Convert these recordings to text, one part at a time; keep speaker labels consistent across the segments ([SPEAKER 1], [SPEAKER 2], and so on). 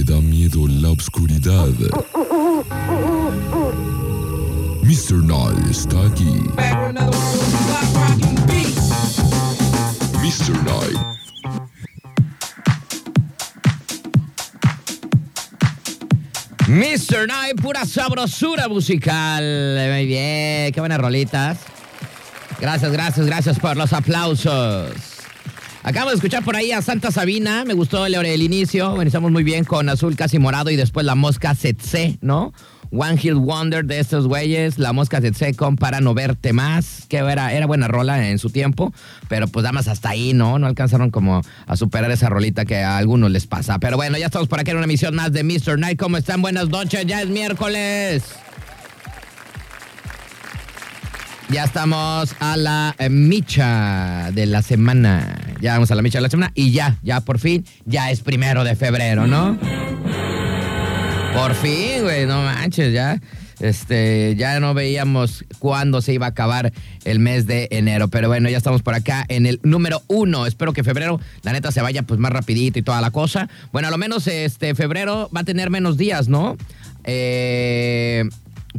[SPEAKER 1] da miedo la oscuridad. Mr. Night está aquí. Mr. Night.
[SPEAKER 2] Mr. Night, pura sabrosura musical. Muy bien, qué buenas rolitas. Gracias, gracias, gracias por los aplausos. Acabo de escuchar por ahí a Santa Sabina, me gustó el, el inicio, comenzamos muy bien con azul casi morado y después la mosca Setse, ¿no? One Hill Wonder de estos güeyes, la mosca Setse con Para No Verte Más, que era, era buena rola en su tiempo, pero pues damas hasta ahí, ¿no? No alcanzaron como a superar esa rolita que a algunos les pasa. Pero bueno, ya estamos por acá en una emisión más de Mr. Night. ¿Cómo están? Buenas noches, ya es miércoles. Ya estamos a la eh, micha de la semana. Ya vamos a la micha de la semana y ya, ya por fin, ya es primero de febrero, ¿no? Por fin, güey, no manches, ya. Este, ya no veíamos cuándo se iba a acabar el mes de enero. Pero bueno, ya estamos por acá en el número uno. Espero que febrero, la neta, se vaya pues más rapidito y toda la cosa. Bueno, a lo menos este febrero va a tener menos días, ¿no? Eh,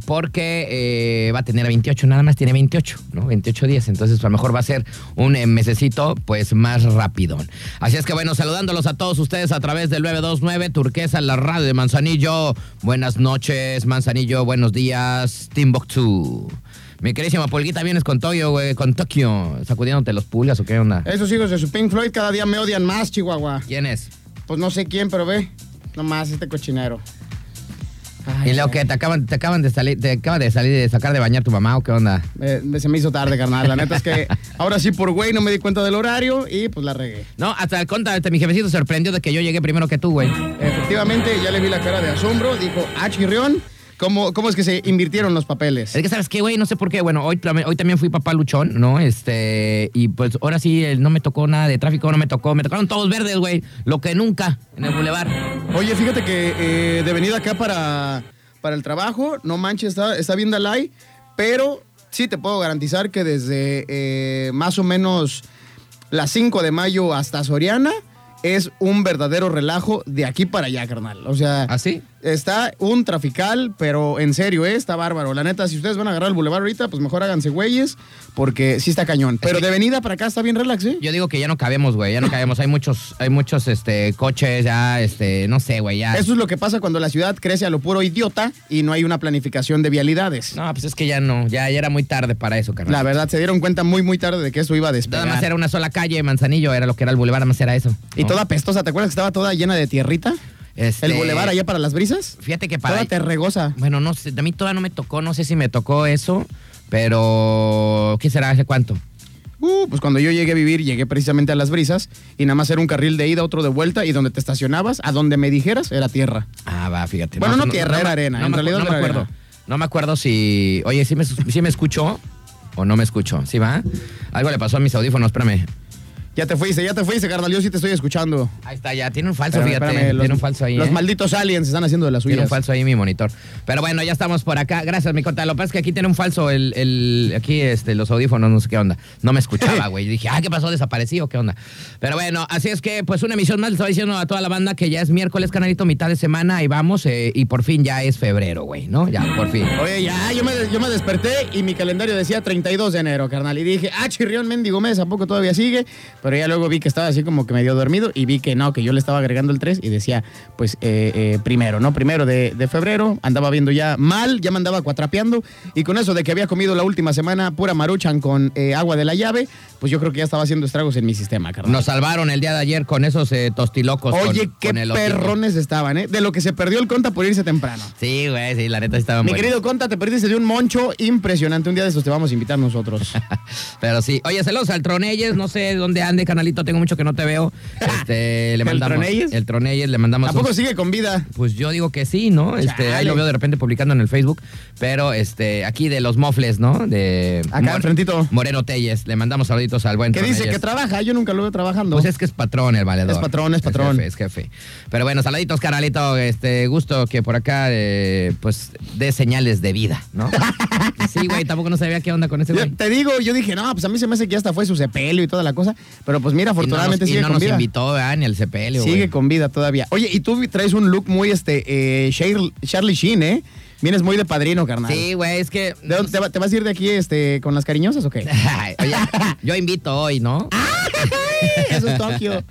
[SPEAKER 2] porque eh, va a tener 28, nada más tiene 28, ¿no? 28 días, entonces a lo mejor va a ser un eh, mesecito pues más rapidón. Así es que bueno, saludándolos a todos ustedes a través del 929 Turquesa, la radio de Manzanillo. Buenas noches, Manzanillo, buenos días, Timbuktu. Mi querísima Polguita, vienes con Tokio, güey, con Tokio, sacudiéndote los pulgas o qué onda.
[SPEAKER 3] Esos hijos de su Pink Floyd cada día me odian más, Chihuahua.
[SPEAKER 2] ¿Quién es?
[SPEAKER 3] Pues no sé quién, pero ve. Nomás este cochinero. Ay,
[SPEAKER 2] Y lo que te acaban, te acaban de salir, te acaban de salir de sacar de bañar tu mamá o qué onda.
[SPEAKER 3] eh, se me hizo tarde, carnal. La neta es que ahora sí por güey no me di cuenta del horario y pues la regué.
[SPEAKER 2] No, hasta conta, hasta mi jefecito sorprendió de que yo llegué primero que tú, güey.
[SPEAKER 3] Efectivamente, ya le vi la cara de asombro. Dijo, ah, chirrión, ¿cómo, cómo es que se invirtieron los papeles?
[SPEAKER 2] Es que, ¿sabes qué, güey? No sé por qué. Bueno, hoy, tam- hoy también fui papá luchón, ¿no? Este, y pues ahora sí eh, no me tocó nada de tráfico, no me tocó. Me tocaron todos verdes, güey. Lo que nunca en el bulevar.
[SPEAKER 3] Oye, fíjate que eh, de venida acá para, para el trabajo, no manches, está, está bien Dalai, pero sí te puedo garantizar que desde eh, más o menos las 5 de mayo hasta Soriana es un verdadero relajo de aquí para allá, carnal. O sea,
[SPEAKER 2] ¿Así?
[SPEAKER 3] está un trafical, pero en serio, ¿eh? está bárbaro. La neta, si ustedes van a agarrar el bulevar ahorita, pues mejor háganse güeyes, porque sí está cañón. Pero de venida para acá está bien relax, ¿eh?
[SPEAKER 2] Yo digo que ya no cabemos, güey. Ya no cabemos. Hay muchos, hay muchos, este, coches ya, este, no sé, güey, ya.
[SPEAKER 3] Eso es lo que pasa cuando la ciudad crece a lo puro idiota y no hay una planificación de vialidades.
[SPEAKER 2] No, pues es que ya no. Ya, ya era muy tarde para eso, carnal.
[SPEAKER 3] La verdad, se dieron cuenta muy, muy tarde de que eso iba a despegar.
[SPEAKER 2] Nada más era una sola calle, Manzanillo, era lo que era el bulevar, nada más era eso.
[SPEAKER 3] Y
[SPEAKER 2] ¿no?
[SPEAKER 3] toda pestosa, ¿te acuerdas que estaba toda llena de tierrita?
[SPEAKER 2] Este-
[SPEAKER 3] El bulevar allá para las brisas.
[SPEAKER 2] Fíjate que para.
[SPEAKER 3] Toda terregosa.
[SPEAKER 2] Bueno, no sé, a mí todavía no me tocó, no sé si me tocó eso, pero ¿qué será? ¿Hace cuánto?
[SPEAKER 3] Uh, pues cuando yo llegué a vivir, llegué precisamente a las brisas y nada más era un carril de ida, otro de vuelta y donde te estacionabas, a donde me dijeras, era tierra.
[SPEAKER 2] Ah, va, fíjate.
[SPEAKER 3] Bueno, no tierra, era
[SPEAKER 2] me-
[SPEAKER 3] arena, en
[SPEAKER 2] me acu-
[SPEAKER 3] realidad
[SPEAKER 2] no me
[SPEAKER 3] era
[SPEAKER 2] acuerdo.
[SPEAKER 3] arena.
[SPEAKER 2] No me acuerdo si. Oye, ¿sí me, sí me escuchó o no me escuchó? ¿Sí va? Algo le pasó a mis audífonos, espérame.
[SPEAKER 3] Ya te fuiste, ya te fuiste, carnal. Yo sí te estoy escuchando.
[SPEAKER 2] Ahí está, ya. Tiene un falso,
[SPEAKER 3] Espérame,
[SPEAKER 2] fíjate.
[SPEAKER 3] espérame, los-
[SPEAKER 2] tiene un falso ahí.
[SPEAKER 3] Los
[SPEAKER 2] ¿eh?
[SPEAKER 3] malditos aliens están haciendo de las suyas.
[SPEAKER 2] Tiene un falso ahí mi monitor. Pero bueno, ya estamos por acá. Gracias, mi conta. Lo que pasa es que aquí tiene un falso el, el- aquí este, los audífonos, no sé qué onda. No me escuchaba, güey. Dije, ah, ¿qué pasó? ¿Desaparecido? ¿Qué onda? Pero bueno, así es que, pues una emisión más. Le estaba diciendo a toda la banda que ya es miércoles, canalito, mitad de semana, y vamos, eh, y por fin ya es febrero, güey, ¿no? Ya, por fin.
[SPEAKER 3] Oye, ya, yo me, yo me desperté y mi calendario decía 32 de enero, carnal. Y dije, ah, chirrión, mendigo mes, ¿a poco todavía sigue? Pero ya luego vi que estaba así como que medio dormido y vi que no, que yo le estaba agregando el 3 y decía, pues eh, eh, primero, ¿no? Primero de, de febrero, andaba viendo ya mal, ya me andaba cuatrapeando. Y con eso de que había comido la última semana pura maruchan con eh, agua de la llave, pues yo creo que ya estaba haciendo estragos en mi sistema, carnal.
[SPEAKER 2] Nos salvaron el día de ayer con esos eh, tostilocos. con-
[SPEAKER 3] Oye, qué
[SPEAKER 2] con el hocico.
[SPEAKER 3] perrones estaban, ¿eh? De lo que se perdió el conta por irse temprano.
[SPEAKER 2] Sí, güey, sí, la neta sí estaban
[SPEAKER 3] Mi
[SPEAKER 2] buenos.
[SPEAKER 3] querido Conta, te perdiste de un moncho impresionante. Un día de estos te vamos a invitar nosotros.
[SPEAKER 2] Pero sí. Oye, saludos al Tronelles. No sé dónde ande, canalito. Tengo mucho que no te veo. Este, le
[SPEAKER 3] ¿El
[SPEAKER 2] mandamos.
[SPEAKER 3] Tronelles?
[SPEAKER 2] El Tronelles, le mandamos. un-
[SPEAKER 3] Tampoco sigue con vida.
[SPEAKER 2] Pues yo digo que sí, ¿no? Este,
[SPEAKER 3] Chale.
[SPEAKER 2] ahí lo veo de repente publicando en el Facebook. Pero este, aquí de los mofles, ¿no? De
[SPEAKER 3] Acá, enfrentito.
[SPEAKER 2] Moreno Telles. Le mandamos saluditos al buen
[SPEAKER 3] Que dice
[SPEAKER 2] Tronelles.
[SPEAKER 3] que trabaja, yo nunca lo veo trabajando.
[SPEAKER 2] Pues es que es patrón el valedor.
[SPEAKER 3] Es patrón, es patrón.
[SPEAKER 2] jefe, es jefe. Pero bueno, saluditos, caralito. Este, gusto que por acá, eh, pues, dé señales de vida, ¿no? sí, güey, tampoco no sabía qué onda con ese
[SPEAKER 3] Yo
[SPEAKER 2] güey.
[SPEAKER 3] te digo, yo dije, no, pues a mí se me hace que ya hasta fue su sepelio y toda la cosa. Pero pues mira, afortunadamente
[SPEAKER 2] y no nos, y
[SPEAKER 3] sigue
[SPEAKER 2] no
[SPEAKER 3] con
[SPEAKER 2] nos
[SPEAKER 3] vida.
[SPEAKER 2] invitó, ¿verdad? Ni el sepelio,
[SPEAKER 3] Sigue
[SPEAKER 2] güey.
[SPEAKER 3] con vida todavía. Oye, y tú traes un look muy este eh, Sheryl- Charlie Sheen, ¿eh? Vienes muy de padrino, carnal.
[SPEAKER 2] Sí, güey, es que...
[SPEAKER 3] ¿De dónde te, va- te vas a ir de aquí este con las cariñosas o qué?
[SPEAKER 2] Ay, oye, yo invito hoy, ¿no?
[SPEAKER 3] Eso es Tokio.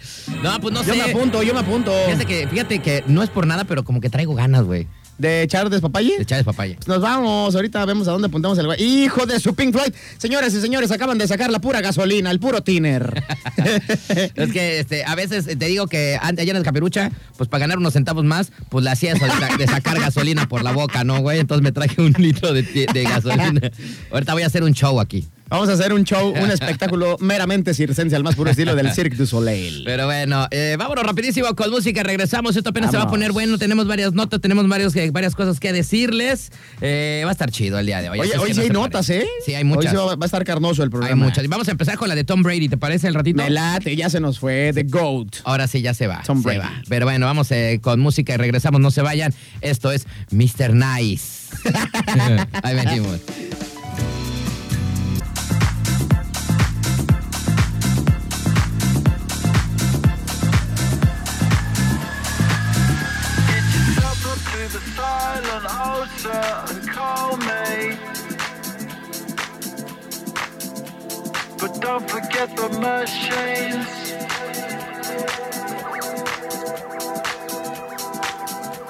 [SPEAKER 2] No, pues no
[SPEAKER 3] yo
[SPEAKER 2] sé.
[SPEAKER 3] me apunto, yo me apunto.
[SPEAKER 2] Fíjate que, fíjate que no es por nada, pero como que traigo ganas, güey,
[SPEAKER 3] ¿De echar despapalle?
[SPEAKER 2] de Chávez Papaya.
[SPEAKER 3] Pues nos vamos, ahorita vemos a dónde apuntamos el güey. ¡Hijo de su Pink Floyd! Señoras y señores, acaban de sacar la pura gasolina, el puro tiner.
[SPEAKER 2] Es que este, a veces eh, te digo que antes, ayer en el caperucha, pues para ganar unos centavos más, pues la hacía eso de, sa- de sacar gasolina por la boca, ¿no, güey? Entonces me traje un litro de, ti- de gasolina. Ahorita voy a hacer un show aquí.
[SPEAKER 3] Vamos a hacer un show, un espectáculo meramente circense al más puro estilo del Cirque du Soleil.
[SPEAKER 2] Pero bueno, eh, vámonos rapidísimo con música, regresamos. Esto apenas se va a
[SPEAKER 3] Vamos.
[SPEAKER 2] poner bueno, tenemos varias notas, tenemos varios, eh, varias cosas que decirles. Eh, va a estar chido el día de hoy.
[SPEAKER 3] Oye,
[SPEAKER 2] así es
[SPEAKER 3] hoy
[SPEAKER 2] que
[SPEAKER 3] sí
[SPEAKER 2] no
[SPEAKER 3] hay
[SPEAKER 2] se
[SPEAKER 3] notas,
[SPEAKER 2] paren.
[SPEAKER 3] ¿eh?
[SPEAKER 2] Sí, hay muchas.
[SPEAKER 3] Hoy sí va, va a estar carnoso el
[SPEAKER 2] hay
[SPEAKER 3] programa.
[SPEAKER 2] muchas. Y Vamos a empezar con la de Tom Brady, ¿te parece el ratito?
[SPEAKER 3] Me late, ya se nos fue, The GOAT.
[SPEAKER 2] Ahora sí ya se va.
[SPEAKER 3] Tom
[SPEAKER 2] se
[SPEAKER 3] Brady.
[SPEAKER 2] va. Pero bueno, vamos eh, con música y regresamos. No se vayan. Esto es Mr. Nice. Ahí venimos.
[SPEAKER 4] Stop up to the silent altar and call me. But don't forget the machines.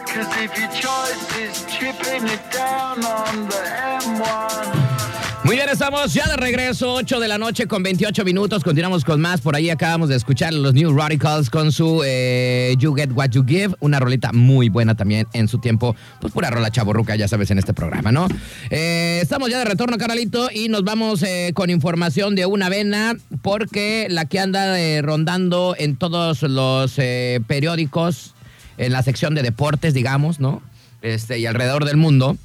[SPEAKER 4] Cause if your choice is chipping it down on the M1.
[SPEAKER 2] Muy bien, estamos ya de regreso. 8 de la noche con 28 minutos. Continuamos con más. Por ahí acabamos de escuchar a los New Radicals con su eh, You Get What You Give. Una rolita muy buena también en su tiempo. Pues pura rola chaborruca, ya sabes, en este programa, ¿no? Eh, estamos ya de retorno, carnalito, y nos vamos eh, con información de una avena, porque la que anda eh, rondando en todos los eh, periódicos, en la sección de deportes, digamos, ¿no? Este, y alrededor del mundo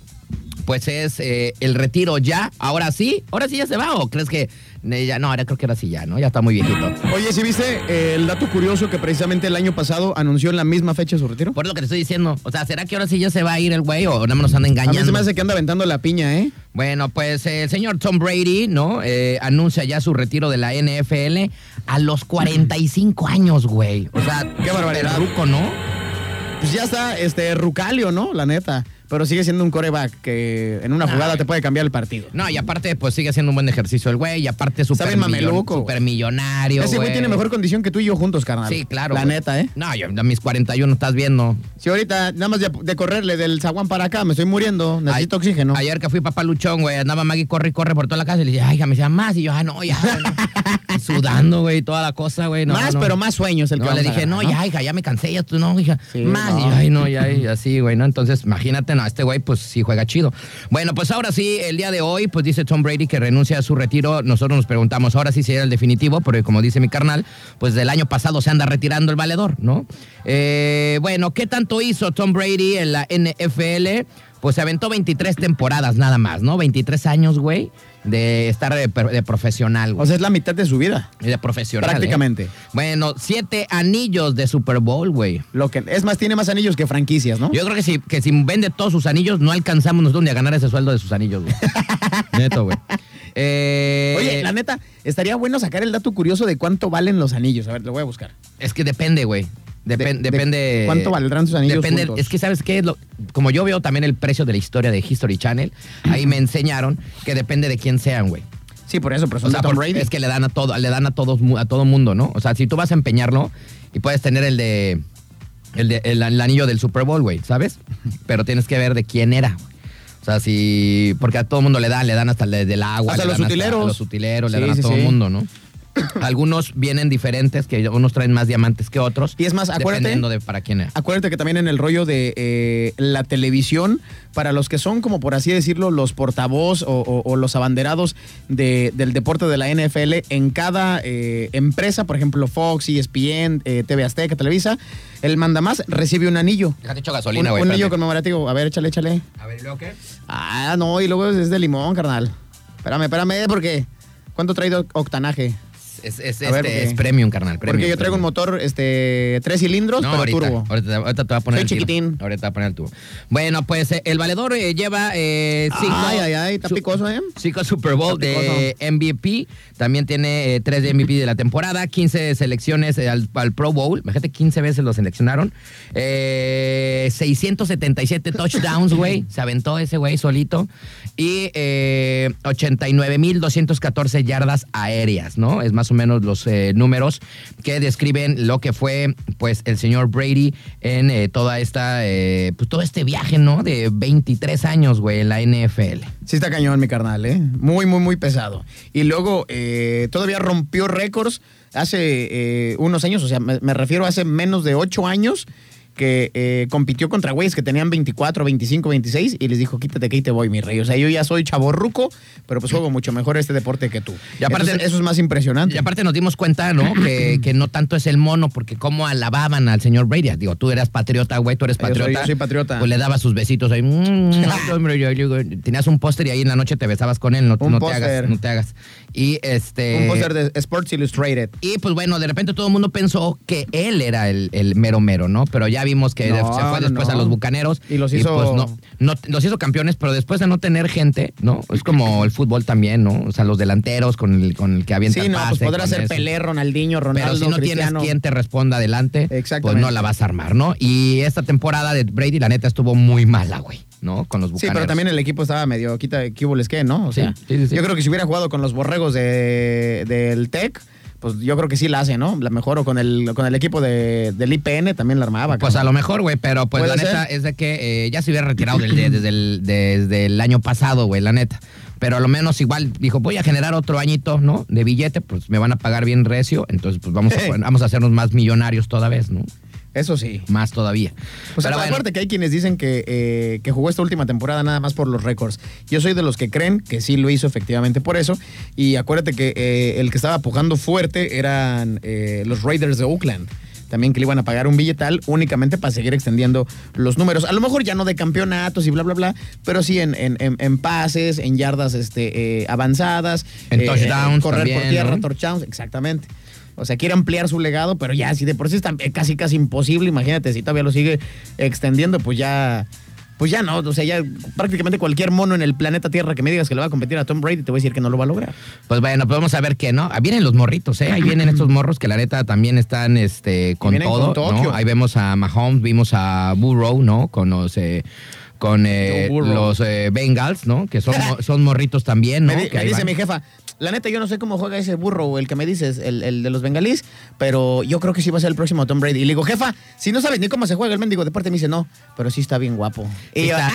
[SPEAKER 2] pues es eh, el retiro ya. Ahora sí, ahora sí ya se va o crees que eh, ya no, ahora creo que ahora sí ya, ¿no? Ya está muy viejito.
[SPEAKER 3] Oye, ¿sí viste eh, el dato curioso que precisamente el año pasado anunció en la misma fecha su retiro?
[SPEAKER 2] Por lo que te estoy diciendo, o sea, ¿será que ahora sí ya se va a ir el güey o nada más nos anda
[SPEAKER 3] A mí se me
[SPEAKER 2] engañando?
[SPEAKER 3] hace que anda aventando la piña, ¿eh?
[SPEAKER 2] Bueno, pues eh, el señor Tom Brady, ¿no? Eh, anuncia ya su retiro de la NFL a los 45 años, güey. O sea,
[SPEAKER 3] Qué barbaridad.
[SPEAKER 2] Ruco, ¿no?
[SPEAKER 3] Pues ya está, este, Rucalio, ¿no? La neta. Pero sigue siendo un coreback que en una
[SPEAKER 2] Nah,
[SPEAKER 3] jugada
[SPEAKER 2] güey.
[SPEAKER 3] te puede cambiar el partido.
[SPEAKER 2] No, y aparte, pues sigue haciendo un buen ejercicio el güey, y aparte
[SPEAKER 3] Está
[SPEAKER 2] super
[SPEAKER 3] bien mameluco, güey.
[SPEAKER 2] supermillonario.
[SPEAKER 3] Ese güey tiene mejor condición que tú y yo juntos, carnal.
[SPEAKER 2] Sí, claro.
[SPEAKER 3] La
[SPEAKER 2] güey.
[SPEAKER 3] neta, ¿eh?
[SPEAKER 2] No, yo a mis 41 estás viendo.
[SPEAKER 3] Si ahorita nada más de, de correrle del zaguán para acá me estoy muriendo, necesito
[SPEAKER 2] Ay-
[SPEAKER 3] oxígeno.
[SPEAKER 2] Ayer que fui papá luchón, güey, andaba Maggie, corre y corre por toda la casa y le dije, ay, ya me decía más. Y yo, ah, no, ya. güey". Sudando, güey, toda la cosa, güey. no,
[SPEAKER 3] más,
[SPEAKER 2] no.
[SPEAKER 3] pero más sueños el que
[SPEAKER 2] No, le
[SPEAKER 3] vamos a
[SPEAKER 2] dije, no,
[SPEAKER 3] ganar,
[SPEAKER 2] ya, hija, ya me cansé, ya tú no, hija.
[SPEAKER 3] Sí,
[SPEAKER 2] más.
[SPEAKER 3] no.
[SPEAKER 2] Y yo, ay, no, ya, y así, güey, ¿no? Entonces, imagínate, no, este güey, pues sí juega chido. Bueno, pues ahora sí, el día de hoy, pues dice Tom Brady que renuncia a su retiro. Nosotros nos preguntamos, ahora sí sería el definitivo, porque como dice mi carnal, pues del año pasado se anda retirando el valedor, ¿no? Eh, bueno, ¿qué tanto hizo Tom Brady en la NFL? Pues se aventó 23 temporadas nada más, ¿no? 23 años, güey, de estar de, de profesional, güey.
[SPEAKER 3] O sea, es la mitad de su vida.
[SPEAKER 2] de profesional. ¿eh?
[SPEAKER 3] prácticamente.
[SPEAKER 2] Bueno, siete anillos de Super Bowl, güey.
[SPEAKER 3] Lo que, es más, tiene más anillos que franquicias, ¿no?
[SPEAKER 2] Yo creo que si, que si vende todos sus anillos, no alcanzamos nosotros ni a ganar ese sueldo de sus anillos, güey. Neto, güey. Eh,
[SPEAKER 3] Oye, la neta, estaría bueno sacar el dato curioso de cuánto valen los anillos. A ver, lo voy a buscar.
[SPEAKER 2] es que depende, güey. Depen-
[SPEAKER 3] De- de
[SPEAKER 2] depende.
[SPEAKER 3] cuánto valdrán sus anillos
[SPEAKER 2] Depende.
[SPEAKER 3] juntos.
[SPEAKER 2] Es que, ¿sabes qué? Lo- como yo veo también el precio de la historia de History Channel, ahí me enseñaron que depende de quién sean, güey.
[SPEAKER 3] Sí, por eso, pero son
[SPEAKER 2] O sea,
[SPEAKER 3] de Tom
[SPEAKER 2] por-
[SPEAKER 3] Brady.
[SPEAKER 2] Es que le dan a todo, le dan a todos mu- a todo mundo, ¿no? O sea, si tú vas a empeñarlo y puedes tener el de el, de- el- el anillo del Super Bowl, güey, ¿sabes? Pero tienes que ver de quién era. güey. O sea, si porque a todo mundo le dan, le dan hasta el de- del agua,
[SPEAKER 3] Hasta
[SPEAKER 2] le
[SPEAKER 3] los
[SPEAKER 2] dan
[SPEAKER 3] utileros.
[SPEAKER 2] a los utileros,
[SPEAKER 3] Sí,
[SPEAKER 2] le dan
[SPEAKER 3] sí,
[SPEAKER 2] a todo
[SPEAKER 3] sí.
[SPEAKER 2] mundo, ¿no? Algunos vienen diferentes, que unos traen más diamantes que otros.
[SPEAKER 3] Y es más, acuérdate-
[SPEAKER 2] Dependiendo de para quién era.
[SPEAKER 3] Acuérdate que también en el rollo de eh, la televisión, para los que son como por así decirlo, los portavoz o, o- o los abanderados de- del deporte de la NFL, en cada eh, empresa, por ejemplo Fox, ESPN, eh, TV Azteca, Televisa, el mandamás recibe un anillo.
[SPEAKER 2] Has hecho gasolina,
[SPEAKER 3] Un-
[SPEAKER 2] güey.
[SPEAKER 3] un, anillo
[SPEAKER 2] espérate.
[SPEAKER 3] conmemorativo. A ver, échale, échale.
[SPEAKER 2] A ver, ¿y luego qué?
[SPEAKER 3] Ah, no, y luego es de limón, carnal. Espérame, espérame, porque ¿cuánto trae de octanaje?
[SPEAKER 2] es, es, es,
[SPEAKER 3] A ver,
[SPEAKER 2] este,
[SPEAKER 3] porque-
[SPEAKER 2] es premium, carnal. Premium,
[SPEAKER 3] Porque yo traigo un
[SPEAKER 2] premium.
[SPEAKER 3] motor este, tres cilindros,
[SPEAKER 2] No,
[SPEAKER 3] pero
[SPEAKER 2] ahorita,
[SPEAKER 3] turbo.
[SPEAKER 2] Ahorita, ahorita te voy a poner
[SPEAKER 3] Soy
[SPEAKER 2] el turbo.
[SPEAKER 3] chiquitín.
[SPEAKER 2] Ahorita te voy a poner el turbo. Bueno, pues eh, el valedor eh, lleva eh, cinco.
[SPEAKER 3] Ay, ay, ay, está
[SPEAKER 2] su-
[SPEAKER 3] picoso, ¿eh?
[SPEAKER 2] Cinco Super Bowl
[SPEAKER 3] Está
[SPEAKER 2] de MVP. También tiene eh, tres de MVP de la temporada, 15 selecciones eh, al, al Pro Bowl. Imagínate, 15 veces lo seleccionaron. Eh, 677 touchdowns, güey. Se aventó ese güey solito. Y eh, 89.214 yardas aéreas, ¿no? Es más o menos los eh, números que describen lo que fue, pues, el señor Brady en eh, toda esta, eh, pues, todo este viaje, ¿no? De 23 años, güey, en la NFL.
[SPEAKER 3] Sí está cañón, mi carnal, ¿eh? Muy, muy, muy pesado. Y luego eh, todavía rompió récords hace eh, unos años, o sea, me, me refiero a hace menos de ocho años que eh, compitió contra güeyes que tenían 24, 25, 26 y les dijo, quítate que ahí te voy, mi rey. O sea, yo ya soy chaborruco, pero pues juego mucho mejor este deporte que tú.
[SPEAKER 2] Y aparte-
[SPEAKER 3] Entonces, eso es más impresionante.
[SPEAKER 2] Y aparte nos dimos cuenta, ¿no? que, que no tanto es el mono, porque cómo alababan al señor Brady. Digo, tú eras patriota, güey, tú eres
[SPEAKER 3] Yo soy-
[SPEAKER 2] patriota.
[SPEAKER 3] yo soy patriota.
[SPEAKER 2] Pues le dabas sus besitos ahí. Mm, hombre, yo- yo- yo- Tenías un póster y ahí en la noche te besabas con él. No,
[SPEAKER 3] Un
[SPEAKER 2] no te
[SPEAKER 3] póster.
[SPEAKER 2] hagas, no te hagas. Y este...
[SPEAKER 3] Un póster de Sports Illustrated.
[SPEAKER 2] Y pues bueno, de repente todo el mundo pensó que él era el, el mero mero, ¿no? Pero ya vimos que
[SPEAKER 3] No,
[SPEAKER 2] se fue después
[SPEAKER 3] no.
[SPEAKER 2] a los bucaneros.
[SPEAKER 3] Y los hizo-
[SPEAKER 2] pues, no, no- los hizo campeones, pero después de no tener gente, ¿no? Es como el fútbol también, ¿no? O sea, los delanteros con el, con el que avienta
[SPEAKER 3] Sí,
[SPEAKER 2] el
[SPEAKER 3] no, pues
[SPEAKER 2] pase,
[SPEAKER 3] podrá
[SPEAKER 2] con
[SPEAKER 3] ser
[SPEAKER 2] eso.
[SPEAKER 3] Pelé, Ronaldinho, Ronaldo,
[SPEAKER 2] Pero si no
[SPEAKER 3] Cristiano.
[SPEAKER 2] tienes quien te responda adelante, pues
[SPEAKER 3] Exactamente.
[SPEAKER 2] no la vas a armar, ¿no? Y esta temporada de Brady, la neta, estuvo muy mala, güey, ¿no? Con los
[SPEAKER 3] Sí,
[SPEAKER 2] bucaneros.
[SPEAKER 3] pero también el equipo estaba medio quita qué hubo les qué, ¿no? O
[SPEAKER 2] Sí,
[SPEAKER 3] sea,
[SPEAKER 2] sí, sí, sí.
[SPEAKER 3] yo creo que si hubiera jugado con los borregos de, del Tec, pues yo creo que sí la hace, ¿no? La mejor o con el con el equipo de, del IPN también la armaba.
[SPEAKER 2] Pues a
[SPEAKER 3] cabrón.
[SPEAKER 2] lo mejor, güey, pero pues la
[SPEAKER 3] Puede
[SPEAKER 2] neta es de que eh, ya se hubiera retirado del- de- desde, el, desde el año pasado, güey, la neta. Pero a lo menos igual dijo, voy a generar otro añito, ¿no? De billete, pues me van a pagar bien recio, entonces pues vamos a,
[SPEAKER 3] Sí.
[SPEAKER 2] vamos a hacernos más millonarios toda vez, ¿no?
[SPEAKER 3] Eso sí.
[SPEAKER 2] Más todavía.
[SPEAKER 3] O sea,
[SPEAKER 2] Pero bueno.
[SPEAKER 3] acuérdate que hay quienes dicen que, eh, que jugó esta última temporada nada más por los récords. Yo soy de los que creen que sí lo hizo efectivamente por eso. Y acuérdate que eh, el que estaba pujando fuerte eran eh, los Raiders de Oakland. También que le iban a pagar un billetal únicamente para seguir extendiendo los números. A lo mejor ya no de campeonatos y bla, bla, bla, pero sí en, en- en- en pases, en yardas este, eh, avanzadas.
[SPEAKER 2] En
[SPEAKER 3] eh,
[SPEAKER 2] touchdowns
[SPEAKER 3] Correr
[SPEAKER 2] también,
[SPEAKER 3] por tierra,
[SPEAKER 2] ¿no?
[SPEAKER 3] touchdowns, exactamente. O sea, quiere ampliar su legado, pero ya, si de por sí está eh, casi, casi imposible, imagínate, si todavía lo sigue extendiendo, pues ya, pues ya no, o sea, ya prácticamente cualquier mono en el planeta Tierra que me digas que le va a competir a Tom Brady, te voy a decir que no lo va a lograr.
[SPEAKER 2] Pues bueno, pues vamos a ver qué, ¿no? Ahí vienen los morritos, ¿eh? Ahí vienen estos morros que la neta también están este, con
[SPEAKER 3] vienen
[SPEAKER 2] todo,
[SPEAKER 3] con Tokio.
[SPEAKER 2] ¿no? Ahí vemos a Mahomes, vimos a Burrow, ¿no? Con los... eh, con eh,
[SPEAKER 3] Joe Burrow.
[SPEAKER 2] los eh, Bengals, ¿no? Que son, mo- son morritos también, ¿no?
[SPEAKER 3] me, di-
[SPEAKER 2] Que
[SPEAKER 3] me
[SPEAKER 2] ahí
[SPEAKER 3] dice
[SPEAKER 2] van.
[SPEAKER 3] mi jefa, la neta yo no sé cómo juega ese burro, o el que me dices, el, el de los bengalís, pero yo creo que sí va a ser el próximo Tom Brady. Y le digo, jefa, si no sabes ni cómo se juega el mendigo deporte, me dice, no, pero sí está bien guapo.
[SPEAKER 2] Sí
[SPEAKER 3] Y yo,
[SPEAKER 2] está,
[SPEAKER 3] "Ah".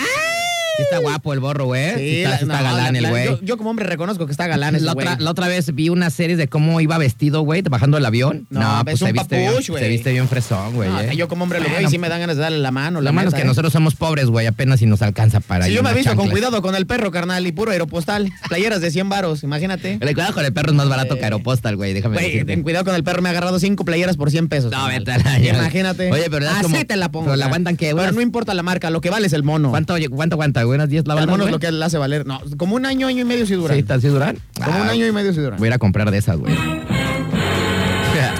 [SPEAKER 2] sí está guapo el borro, güey. Sí, está,
[SPEAKER 3] Eh, la-
[SPEAKER 2] sí está
[SPEAKER 3] no,
[SPEAKER 2] galán
[SPEAKER 3] la-
[SPEAKER 2] el
[SPEAKER 3] la-
[SPEAKER 2] güey.
[SPEAKER 3] Yo, yo como hombre reconozco que está galán ese
[SPEAKER 2] La
[SPEAKER 3] güey.
[SPEAKER 2] otra, la otra vez vi una serie de cómo iba vestido, güey, bajando el avión. pues
[SPEAKER 3] No, ves un
[SPEAKER 2] se viste, bien,
[SPEAKER 3] papush, güey.
[SPEAKER 2] se viste bien fresón, güey.
[SPEAKER 3] No,
[SPEAKER 2] eh.
[SPEAKER 3] Yo como hombre lo veo
[SPEAKER 2] Bueno,
[SPEAKER 3] y sí me dan ganas de darle la mano.
[SPEAKER 2] Lo malo es que
[SPEAKER 3] neta, ¿eh?
[SPEAKER 2] nosotros somos pobres, güey, apenas si nos alcanza para
[SPEAKER 3] Si
[SPEAKER 2] ir
[SPEAKER 3] yo me
[SPEAKER 2] unas
[SPEAKER 3] aviso con
[SPEAKER 2] chanclas.
[SPEAKER 3] cuidado con el perro, carnal, y puro aeropostal. Playeras de 100 varos, imagínate.
[SPEAKER 2] El cuidado con el perro es más barato que Aeropostal, güey. Déjame
[SPEAKER 3] Güey,
[SPEAKER 2] decirte.
[SPEAKER 3] ten cuidado con el perro, me ha agarrado 5 playeras por 100 pesos.
[SPEAKER 2] No,
[SPEAKER 3] carnal.
[SPEAKER 2] vete a la- ya.
[SPEAKER 3] Imagínate.
[SPEAKER 2] Oye, pero es
[SPEAKER 3] Así
[SPEAKER 2] como-
[SPEAKER 3] te la pongo.
[SPEAKER 2] pero la
[SPEAKER 3] carnal.
[SPEAKER 2] aguantan que
[SPEAKER 3] Pero
[SPEAKER 2] unas-
[SPEAKER 3] no importa la marca, lo que vale es el mono.
[SPEAKER 2] ¿Cuánto, oye, ¿Cuánto aguanta, güey? ¿Unas 10 lavadas?
[SPEAKER 3] El mono es
[SPEAKER 2] güey?
[SPEAKER 3] lo que la hace valer. No, como un año, año y medio sí dura.
[SPEAKER 2] Sí, está así duran.
[SPEAKER 3] Como un
[SPEAKER 2] Ah,
[SPEAKER 3] año y medio sí dura.
[SPEAKER 2] Voy a ir a comprar de esas, güey.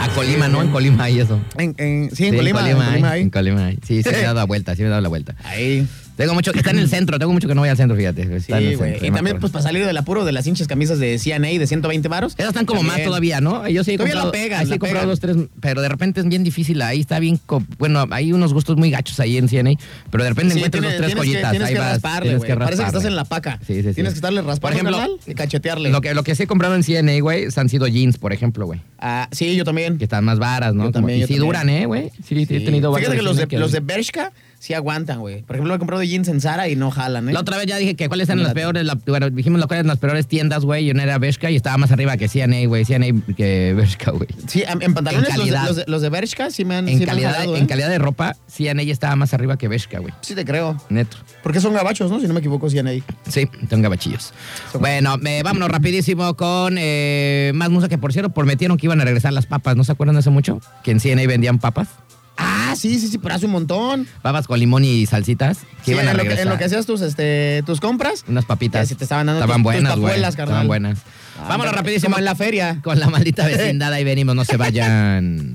[SPEAKER 2] A Colima, ¿no? En Colima hay eso.
[SPEAKER 3] En, en- sí, en Colima. en
[SPEAKER 2] hay,
[SPEAKER 3] Colima ahí.
[SPEAKER 2] en Colima hay. Sí, sí me he dado la vuelta, sí me he dado la vuelta.
[SPEAKER 3] Ahí.
[SPEAKER 2] Tengo mucho, está en el centro, tengo mucho que no voy al centro, fíjate.
[SPEAKER 3] Sí,
[SPEAKER 2] Está en el
[SPEAKER 3] güey.
[SPEAKER 2] centro,
[SPEAKER 3] Y
[SPEAKER 2] me
[SPEAKER 3] también, pues,
[SPEAKER 2] acuerdo.
[SPEAKER 3] para salir del apuro de las hinchas camisas de CNA de 120 varos.
[SPEAKER 2] Esas están como más
[SPEAKER 3] También.
[SPEAKER 2] todavía, ¿no? Yo sí he
[SPEAKER 3] Todavía
[SPEAKER 2] comprado,
[SPEAKER 3] la pegan,
[SPEAKER 2] ahí sí he
[SPEAKER 3] la
[SPEAKER 2] comprado
[SPEAKER 3] pegan.
[SPEAKER 2] dos, tres, pero de repente es bien difícil. Ahí está bien, co- bueno, hay unos gustos muy gachos ahí en CNA, pero de repente
[SPEAKER 3] Sí,
[SPEAKER 2] encuentras
[SPEAKER 3] tiene-
[SPEAKER 2] dos, tres
[SPEAKER 3] tienes que-
[SPEAKER 2] joyitas.
[SPEAKER 3] tienes
[SPEAKER 2] ahí
[SPEAKER 3] que
[SPEAKER 2] vas,
[SPEAKER 3] rasparle,
[SPEAKER 2] tienes
[SPEAKER 3] güey. Parece que estás en la paca.
[SPEAKER 2] Sí, sí, sí.
[SPEAKER 3] Tienes que estarle raspando,
[SPEAKER 2] Por ejemplo,
[SPEAKER 3] carnal, y cachetearle.
[SPEAKER 2] Lo que, lo que sí he comprado en CNA, güey, han sido jeans, por ejemplo, güey.
[SPEAKER 3] Ah, sí, yo también.
[SPEAKER 2] Que están más varas, ¿no? Como-
[SPEAKER 3] Yo también,
[SPEAKER 2] y
[SPEAKER 3] yo
[SPEAKER 2] sí
[SPEAKER 3] también.
[SPEAKER 2] duran, ¿eh, güey? Sí,
[SPEAKER 3] Sí.
[SPEAKER 2] he tenido varios.
[SPEAKER 3] Fíjate que los de,
[SPEAKER 2] que-
[SPEAKER 3] los de Bershka sí aguantan, güey. Por ejemplo, he comprado jeans en Zara y no jalan, ¿eh?
[SPEAKER 2] La otra vez ya dije que cuáles eran las peores, la- bueno, dijimos las cuáles eran las peores tiendas, güey, y una era Bershka y estaba más arriba que CNA, güey, CNA que Bershka, güey.
[SPEAKER 3] Sí, en, en pantalones
[SPEAKER 2] En
[SPEAKER 3] los, de,
[SPEAKER 2] calidad.
[SPEAKER 3] los de- los de Bershka sí me han,
[SPEAKER 2] En,
[SPEAKER 3] sí me han
[SPEAKER 2] calidad,
[SPEAKER 3] jalado,
[SPEAKER 2] en
[SPEAKER 3] ¿eh?
[SPEAKER 2] calidad de ropa, CNA estaba más arriba que Bershka, güey,
[SPEAKER 3] Sí te creo.
[SPEAKER 2] neto.
[SPEAKER 3] Porque son gabachos, ¿no? Si no me equivoco, sí en ahí.
[SPEAKER 2] Sí, son gabachillos. Bueno, eh, vámonos rapidísimo con eh, más música que, por cierto, prometieron que iban a regresar las papas, ¿no se acuerdan de hace mucho? Que en CNA vendían papas.
[SPEAKER 3] Ah, sí, sí, sí, pero hace un montón.
[SPEAKER 2] Babas con limón y salsitas que
[SPEAKER 3] Sí,
[SPEAKER 2] iban a
[SPEAKER 3] en, lo que,
[SPEAKER 2] regresar.
[SPEAKER 3] en lo que hacías tus, este, tus compras.
[SPEAKER 2] Unas papitas.
[SPEAKER 3] Que se te estaban dando
[SPEAKER 2] Estaban
[SPEAKER 3] tus- tus
[SPEAKER 2] buenas, güey.
[SPEAKER 3] papuelas, carnal.
[SPEAKER 2] Estaban buenas.
[SPEAKER 3] Ah,
[SPEAKER 2] Vámonos
[SPEAKER 3] hombre,
[SPEAKER 2] rapidísimo
[SPEAKER 3] como en la feria.
[SPEAKER 2] Con la maldita vecindad ahí venimos, no se vayan.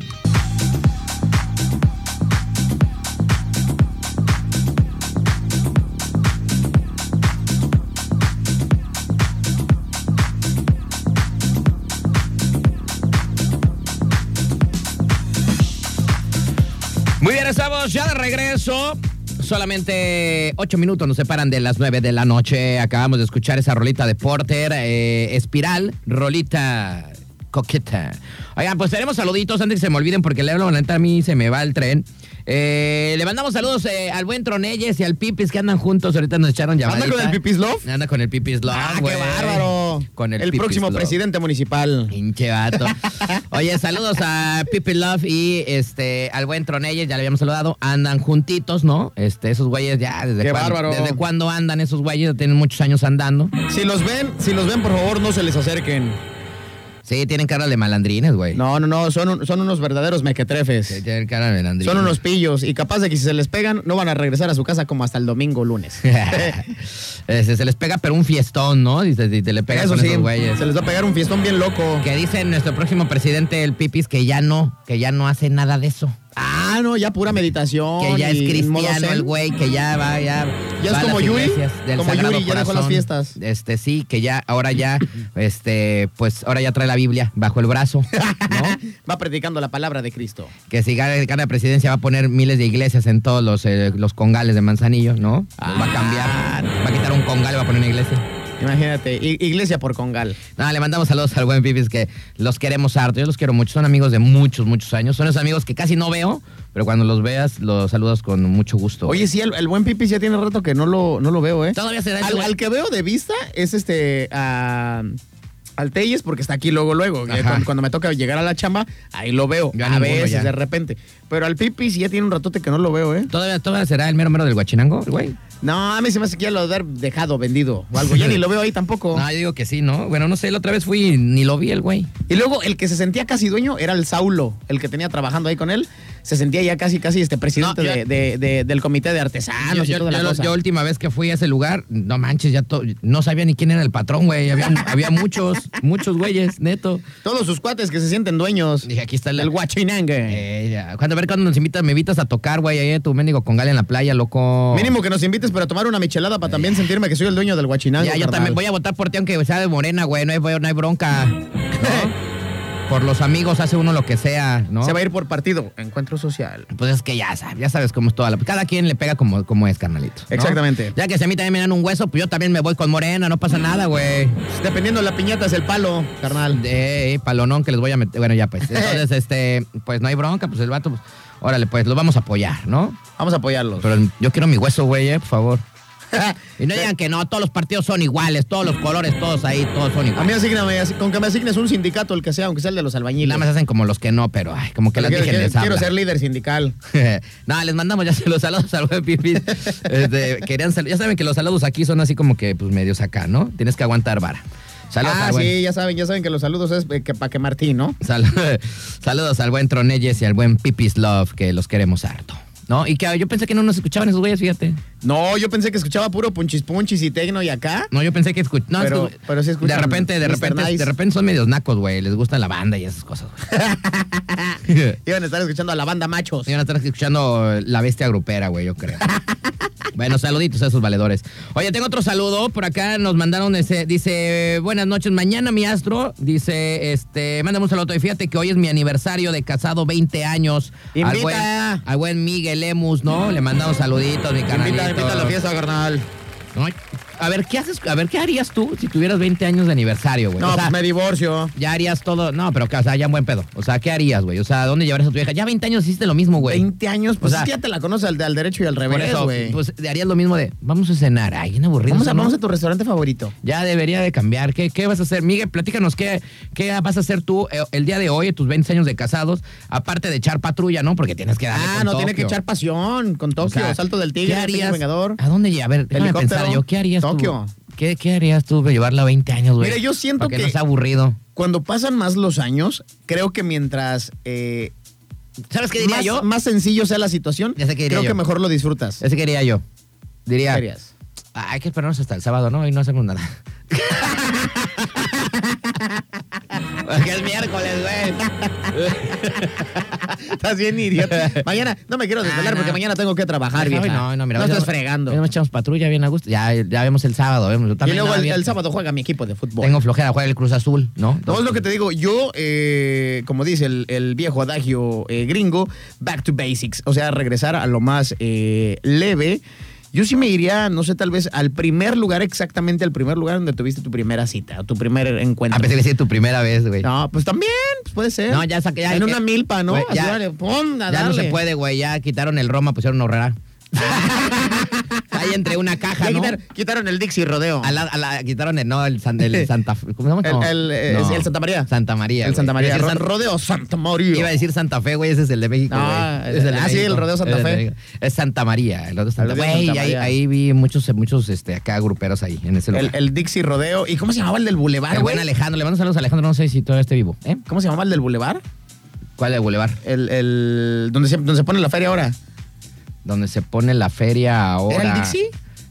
[SPEAKER 2] Muy bien, estamos ya de regreso. Solamente ocho minutos nos separan de las 9 de la noche. Acabamos de escuchar esa rolita de Porter, eh, Espiral, rolita coqueta. Oigan, pues tenemos saluditos antes que se me olviden porque le hablo, la neta a mí se me va el tren. Eh, le mandamos saludos eh, al buen Tronelles y al Pipis que andan juntos. Ahorita nos echaron llamadita.
[SPEAKER 3] con el Pipis Love?
[SPEAKER 2] Anda con el Pipis Love,
[SPEAKER 3] ¡Ah, qué
[SPEAKER 2] güey.
[SPEAKER 3] bárbaro!
[SPEAKER 2] Con el,
[SPEAKER 3] el
[SPEAKER 2] Pipis
[SPEAKER 3] próximo
[SPEAKER 2] Love.
[SPEAKER 3] presidente municipal.
[SPEAKER 2] Pinche vato. Oye, saludos a Pipi Love y este al buen Tronelles, ya le habíamos saludado. Andan juntitos, ¿no? Este, esos güeyes ya desde
[SPEAKER 3] Qué
[SPEAKER 2] cuándo-
[SPEAKER 3] bárbaro.
[SPEAKER 2] desde cuándo andan esos güeyes, ya tienen muchos años andando.
[SPEAKER 3] Si los ven, si los ven, por favor, no se les acerquen.
[SPEAKER 2] Sí, tienen cara de malandrines, güey.
[SPEAKER 3] No, no, no, son, un- son unos verdaderos
[SPEAKER 2] Sí,
[SPEAKER 3] mequetrefes.
[SPEAKER 2] tienen cara de malandrines.
[SPEAKER 3] Son unos pillos y capaz de que si se les pegan, no van a regresar a su casa como hasta el domingo o lunes.
[SPEAKER 2] Este, se les pega pero un fiestón, ¿no? Y te, y te le pegas
[SPEAKER 3] Eso
[SPEAKER 2] con
[SPEAKER 3] sí,
[SPEAKER 2] esos güeyes.
[SPEAKER 3] se les va a pegar un fiestón bien loco.
[SPEAKER 2] Que dice nuestro próximo presidente, el Pipis, que ya no, que ya no hace nada de eso.
[SPEAKER 3] Ah, no, ya pura meditación.
[SPEAKER 2] Que ya es
[SPEAKER 3] y modo
[SPEAKER 2] cristiano
[SPEAKER 3] zen.
[SPEAKER 2] el güey, que ya va, ya.
[SPEAKER 3] Ya es
[SPEAKER 2] va a
[SPEAKER 3] como
[SPEAKER 2] las
[SPEAKER 3] Yuri,
[SPEAKER 2] iglesias del
[SPEAKER 3] como
[SPEAKER 2] Sagrado
[SPEAKER 3] Yuri, ya dejó
[SPEAKER 2] Corazón.
[SPEAKER 3] las fiestas.
[SPEAKER 2] Este sí, que ya, ahora ya, este, pues ahora ya trae la Biblia bajo el brazo, ¿no?
[SPEAKER 3] Va predicando la palabra de Cristo.
[SPEAKER 2] que si gana, gana la presidencia va a poner miles de iglesias en todos los, eh, los congales de Manzanillo, ¿no? Va a cambiar, va a quitar un congal y va a poner una iglesia.
[SPEAKER 3] Imagínate, i- iglesia por congal.
[SPEAKER 2] Nada, le mandamos saludos al buen Pipis que los queremos harto. Yo los quiero mucho. Son amigos de muchos, muchos años. Son esos amigos que casi no veo, pero cuando los veas, los saludas con mucho gusto.
[SPEAKER 3] Oye, sí, el, el buen Pipis ya tiene rato que no lo, no lo veo, ¿eh?
[SPEAKER 2] todavía se da ese
[SPEAKER 3] Al,
[SPEAKER 2] güey.
[SPEAKER 3] al que veo de vista es este. a- al Telles, porque está aquí luego, luego. que
[SPEAKER 2] Ajá.
[SPEAKER 3] Cuando, cuando me toca llegar a la chamba, ahí lo veo.
[SPEAKER 2] Yo a
[SPEAKER 3] a
[SPEAKER 2] ninguno
[SPEAKER 3] veces,
[SPEAKER 2] ya.
[SPEAKER 3] de repente. Pero al Pipis ya tiene un ratote que no lo veo, ¿eh?
[SPEAKER 2] ¿Todavía, todavía será el mero mero del guachinango, el güey?
[SPEAKER 3] No, a mí se me hace que ya lo haber dejado vendido o algo. Ya ni lo veo ahí tampoco.
[SPEAKER 2] No, Ah, yo digo que sí, ¿no? Bueno, no sé, la otra vez fui y ni lo vi el güey.
[SPEAKER 3] Y luego el que se sentía casi dueño era el Saulo, el que tenía trabajando ahí con él. Se sentía ya casi, casi este presidente
[SPEAKER 2] No, yo-
[SPEAKER 3] de, de- de- del comité de artesanos y
[SPEAKER 2] yo,
[SPEAKER 3] Ah, toda la
[SPEAKER 2] yo- yo
[SPEAKER 3] cosa.
[SPEAKER 2] la última vez que fui a ese lugar, no manches, ya to- no sabía ni quién era el patrón, güey. Había, había muchos, muchos güeyes, neto.
[SPEAKER 3] Todos sus cuates que se sienten dueños.
[SPEAKER 2] Dije, aquí está el,
[SPEAKER 3] El guachinangue.
[SPEAKER 2] Eh, ya. cuando a ver cuando nos invitas, me invitas a tocar, güey, ahí a tu mendigo con Gale en la playa, loco.
[SPEAKER 3] Mínimo que nos invites para tomar una michelada para también sentirme que soy el dueño del guachinango.
[SPEAKER 2] Eh. Ya, yo también voy a votar por ti, aunque sea de morena, güey. No hay, no hay bronca. ¿no? por los amigos hace uno lo que sea, ¿no?
[SPEAKER 3] Eh, Se va a ir por partido. Encuentro social.
[SPEAKER 2] Pues es que ya sabes, ya sabes cómo es toda la. Cada quien le pega como, como es, carnalito. ¿no?
[SPEAKER 3] Exactamente.
[SPEAKER 2] Ya que si a mí también me dan un hueso, pues yo también me voy con morena, no pasa nada, güey.
[SPEAKER 3] Dependiendo de la piñata es el palo, carnal.
[SPEAKER 2] Eh, eh, palonón que les voy a meter. Bueno, ya pues. Entonces, este, pues no hay bronca, pues el vato, pues, órale, pues lo vamos a apoyar, ¿no?
[SPEAKER 3] Vamos a apoyarlos.
[SPEAKER 2] Pero yo quiero mi hueso, güey, eh, por favor. Y no digan que no, todos los partidos son iguales, todos los colores, todos ahí, todos son
[SPEAKER 3] a mí
[SPEAKER 2] iguales.
[SPEAKER 3] asígname, así- con que me asignes un sindicato, el que sea, aunque sea el de los
[SPEAKER 2] Y
[SPEAKER 3] albañiles.
[SPEAKER 2] nada más hacen como los que no, pero ay, como que las
[SPEAKER 3] Quiero-
[SPEAKER 2] dije
[SPEAKER 3] quiero,
[SPEAKER 2] les habla.
[SPEAKER 3] quiero ser líder sindical.
[SPEAKER 2] no, les mandamos ya los saludos al web pipis. Este, querían sal- ya saben que los saludos aquí son así como que pues medios acá, ¿no? Tienes que aguantar vara. Saludos
[SPEAKER 3] ah,
[SPEAKER 2] al buen-
[SPEAKER 3] sí, ya saben, ya saben que los saludos es eh, que para que Martín, ¿no?
[SPEAKER 2] sal- saludos al buen Tronelles y al buen Pipis Love, que los queremos harto. ¿No? Y que ah, yo pensé que no nos escuchaban esos güeyes, fíjate.
[SPEAKER 3] No, yo pensé que escuchaba puro punchis punchis y tecno y acá.
[SPEAKER 2] No, yo pensé que escuch- no,
[SPEAKER 3] Pero-
[SPEAKER 2] es que-
[SPEAKER 3] pero sí escuchan
[SPEAKER 2] De repente, de
[SPEAKER 3] Mr.
[SPEAKER 2] repente,
[SPEAKER 3] Nice.
[SPEAKER 2] de repente son medios nacos, güey. Les gusta la banda y esas cosas, güey.
[SPEAKER 3] Iban a estar escuchando a la banda machos.
[SPEAKER 2] Iban a estar escuchando eh, la bestia grupera, güey, yo creo. Bueno, saluditos a esos valedores. Oye, tengo otro saludo. Por acá nos mandaron ese. Dice, buenas noches, mañana mi astro. Dice, este, mándame un saludo. Y fíjate que hoy es mi aniversario de casado, 20 años. Al
[SPEAKER 3] Invita.
[SPEAKER 2] buen, al buen Miguel Lemus, ¿no? Le mandamos saluditos, mi canalito.
[SPEAKER 3] Invita, invita a la fiesta, carnal.
[SPEAKER 2] Ay, A ver, ¿qué haces? A ver, ¿qué harías tú si tuvieras 20 años de aniversario, güey?
[SPEAKER 3] No,
[SPEAKER 2] O sea,
[SPEAKER 3] pues me divorcio.
[SPEAKER 2] ya harías todo. No, pero o sea, ya en buen pedo. O sea, ¿qué harías, güey? O sea, ¿dónde llevarías a tu vieja? Ya 20 años hiciste lo mismo, güey.
[SPEAKER 3] 20 años, pues
[SPEAKER 2] O sea,
[SPEAKER 3] es que ya te la conoces al, al derecho y al
[SPEAKER 2] Por
[SPEAKER 3] revés,
[SPEAKER 2] eso,
[SPEAKER 3] güey.
[SPEAKER 2] pues harías lo mismo de, vamos a cenar. Ay, bien aburrido.
[SPEAKER 3] vamos, a,
[SPEAKER 2] eso, ¿no?
[SPEAKER 3] vamos a tu restaurante favorito.
[SPEAKER 2] Ya debería de cambiar. ¿Qué, qué vas a hacer? Miguel, platícanos qué, qué vas a hacer tú eh, el día de hoy, en tus 20 años de casados, aparte de echar patrulla, ¿no? Porque tienes que darle
[SPEAKER 3] Ah,
[SPEAKER 2] con
[SPEAKER 3] no, tiene que
[SPEAKER 2] Tokio.
[SPEAKER 3] echar pasión con Tokio,
[SPEAKER 2] O sea,
[SPEAKER 3] salto del
[SPEAKER 2] ¿qué
[SPEAKER 3] tigre,
[SPEAKER 2] harías? Ah.
[SPEAKER 3] Pequeño vengador.
[SPEAKER 2] ¿A dónde llevar? A ver, déjame
[SPEAKER 3] Helicóptero.
[SPEAKER 2] pensar yo. ¿Qué harías
[SPEAKER 3] Tokio.
[SPEAKER 2] tú? ¿Qué, ¿Qué harías tú para llevarla 20 años, güey?
[SPEAKER 3] Mira, yo siento
[SPEAKER 2] Para que...
[SPEAKER 3] que-
[SPEAKER 2] no sea aburrido.
[SPEAKER 3] Cuando pasan más los años, creo que mientras eh,
[SPEAKER 2] ¿Sabes qué diría
[SPEAKER 3] más,
[SPEAKER 2] yo?
[SPEAKER 3] más sencillo sea la situación,
[SPEAKER 2] Ya sé qué diría
[SPEAKER 3] creo
[SPEAKER 2] yo.
[SPEAKER 3] que mejor lo disfrutas.
[SPEAKER 2] Ese quería yo. Diría.
[SPEAKER 3] ¿Qué harías?
[SPEAKER 2] "Ah, hay que esperarnos hasta el sábado, ¿no? Y no hacemos nada. Porque es miércoles, güey.
[SPEAKER 3] Estás bien idiota. mañana, no me quiero desvelar
[SPEAKER 2] Ah, no.
[SPEAKER 3] porque mañana tengo que trabajar, vieja.
[SPEAKER 2] Ay, No, no, mira.
[SPEAKER 3] No
[SPEAKER 2] hoy
[SPEAKER 3] estás
[SPEAKER 2] nos-
[SPEAKER 3] fregando.
[SPEAKER 2] hoy nos echamos patrulla bien a gusto. Ya, ya vemos el sábado. Vemos.
[SPEAKER 3] y
[SPEAKER 2] También
[SPEAKER 3] luego
[SPEAKER 2] nada
[SPEAKER 3] el,
[SPEAKER 2] bien.
[SPEAKER 3] el sábado juega mi equipo de fútbol.
[SPEAKER 2] Tengo flojera, juega el Cruz Azul, ¿no?
[SPEAKER 3] No es lo que te digo, yo, eh, como dice el, el viejo adagio eh, gringo, back to basics, o sea, regresar a lo más eh, leve. Yo sí me iría, no sé, tal vez al primer lugar, exactamente al primer lugar donde tuviste tu primera cita, o tu primer
[SPEAKER 2] A
[SPEAKER 3] encuentro.
[SPEAKER 2] pesar de ser tu primera vez, güey.
[SPEAKER 3] No, pues también, pues puede ser.
[SPEAKER 2] No, ya saqué- ya-
[SPEAKER 3] en
[SPEAKER 2] eh,
[SPEAKER 3] una milpa, ¿no?
[SPEAKER 2] güey,
[SPEAKER 3] Así,
[SPEAKER 2] ya-
[SPEAKER 3] dale, pon, a
[SPEAKER 2] Ya no
[SPEAKER 3] darle.
[SPEAKER 2] se puede, güey. Ya quitaron el Roma, pusieron Horrera. Ahí entre una caja,
[SPEAKER 3] Ya
[SPEAKER 2] ¿no?
[SPEAKER 3] quitar- quitaron el Dixie Rodeo.
[SPEAKER 2] A la- a la- quitaron el, no, el, San- el Santa Fe. ¿Cómo se llama? No.
[SPEAKER 3] El- el, eh,
[SPEAKER 2] No.
[SPEAKER 3] es el Santa María.
[SPEAKER 2] Santa María.
[SPEAKER 3] el
[SPEAKER 2] güey.
[SPEAKER 3] Santa María.
[SPEAKER 2] Iba a decir
[SPEAKER 3] Ro- rodeo Santa María.
[SPEAKER 2] San- Iba a decir Santa Fe, güey. Ese es el de México,
[SPEAKER 3] No,
[SPEAKER 2] güey.
[SPEAKER 3] el-
[SPEAKER 2] Ese es de
[SPEAKER 3] ah, sí, el
[SPEAKER 2] México.
[SPEAKER 3] Rodeo Santa
[SPEAKER 2] Ese es el
[SPEAKER 3] Fe.
[SPEAKER 2] de México. Es Santa María. El Rodeo Santa
[SPEAKER 3] El Rodeo
[SPEAKER 2] Fe.
[SPEAKER 3] Santa
[SPEAKER 2] Güey, ahí,
[SPEAKER 3] María.
[SPEAKER 2] ahí vi muchos, muchos este, acá gruperos ahí, en ese
[SPEAKER 3] el,
[SPEAKER 2] lugar.
[SPEAKER 3] el Dixie Rodeo. ¿Y cómo se llamaba el del Boulevard,
[SPEAKER 2] El buen
[SPEAKER 3] güey?
[SPEAKER 2] Alejandro. Le mando saludos a Alejandro. No sé si todavía esté vivo. ¿Eh?
[SPEAKER 3] ¿Cómo se llamaba el del Boulevard?
[SPEAKER 2] ¿Cuál de Boulevard?
[SPEAKER 3] El, el, donde, se, donde se pone la feria ahora.
[SPEAKER 2] Donde se pone la feria ahora.
[SPEAKER 3] ¿Era el Dixie?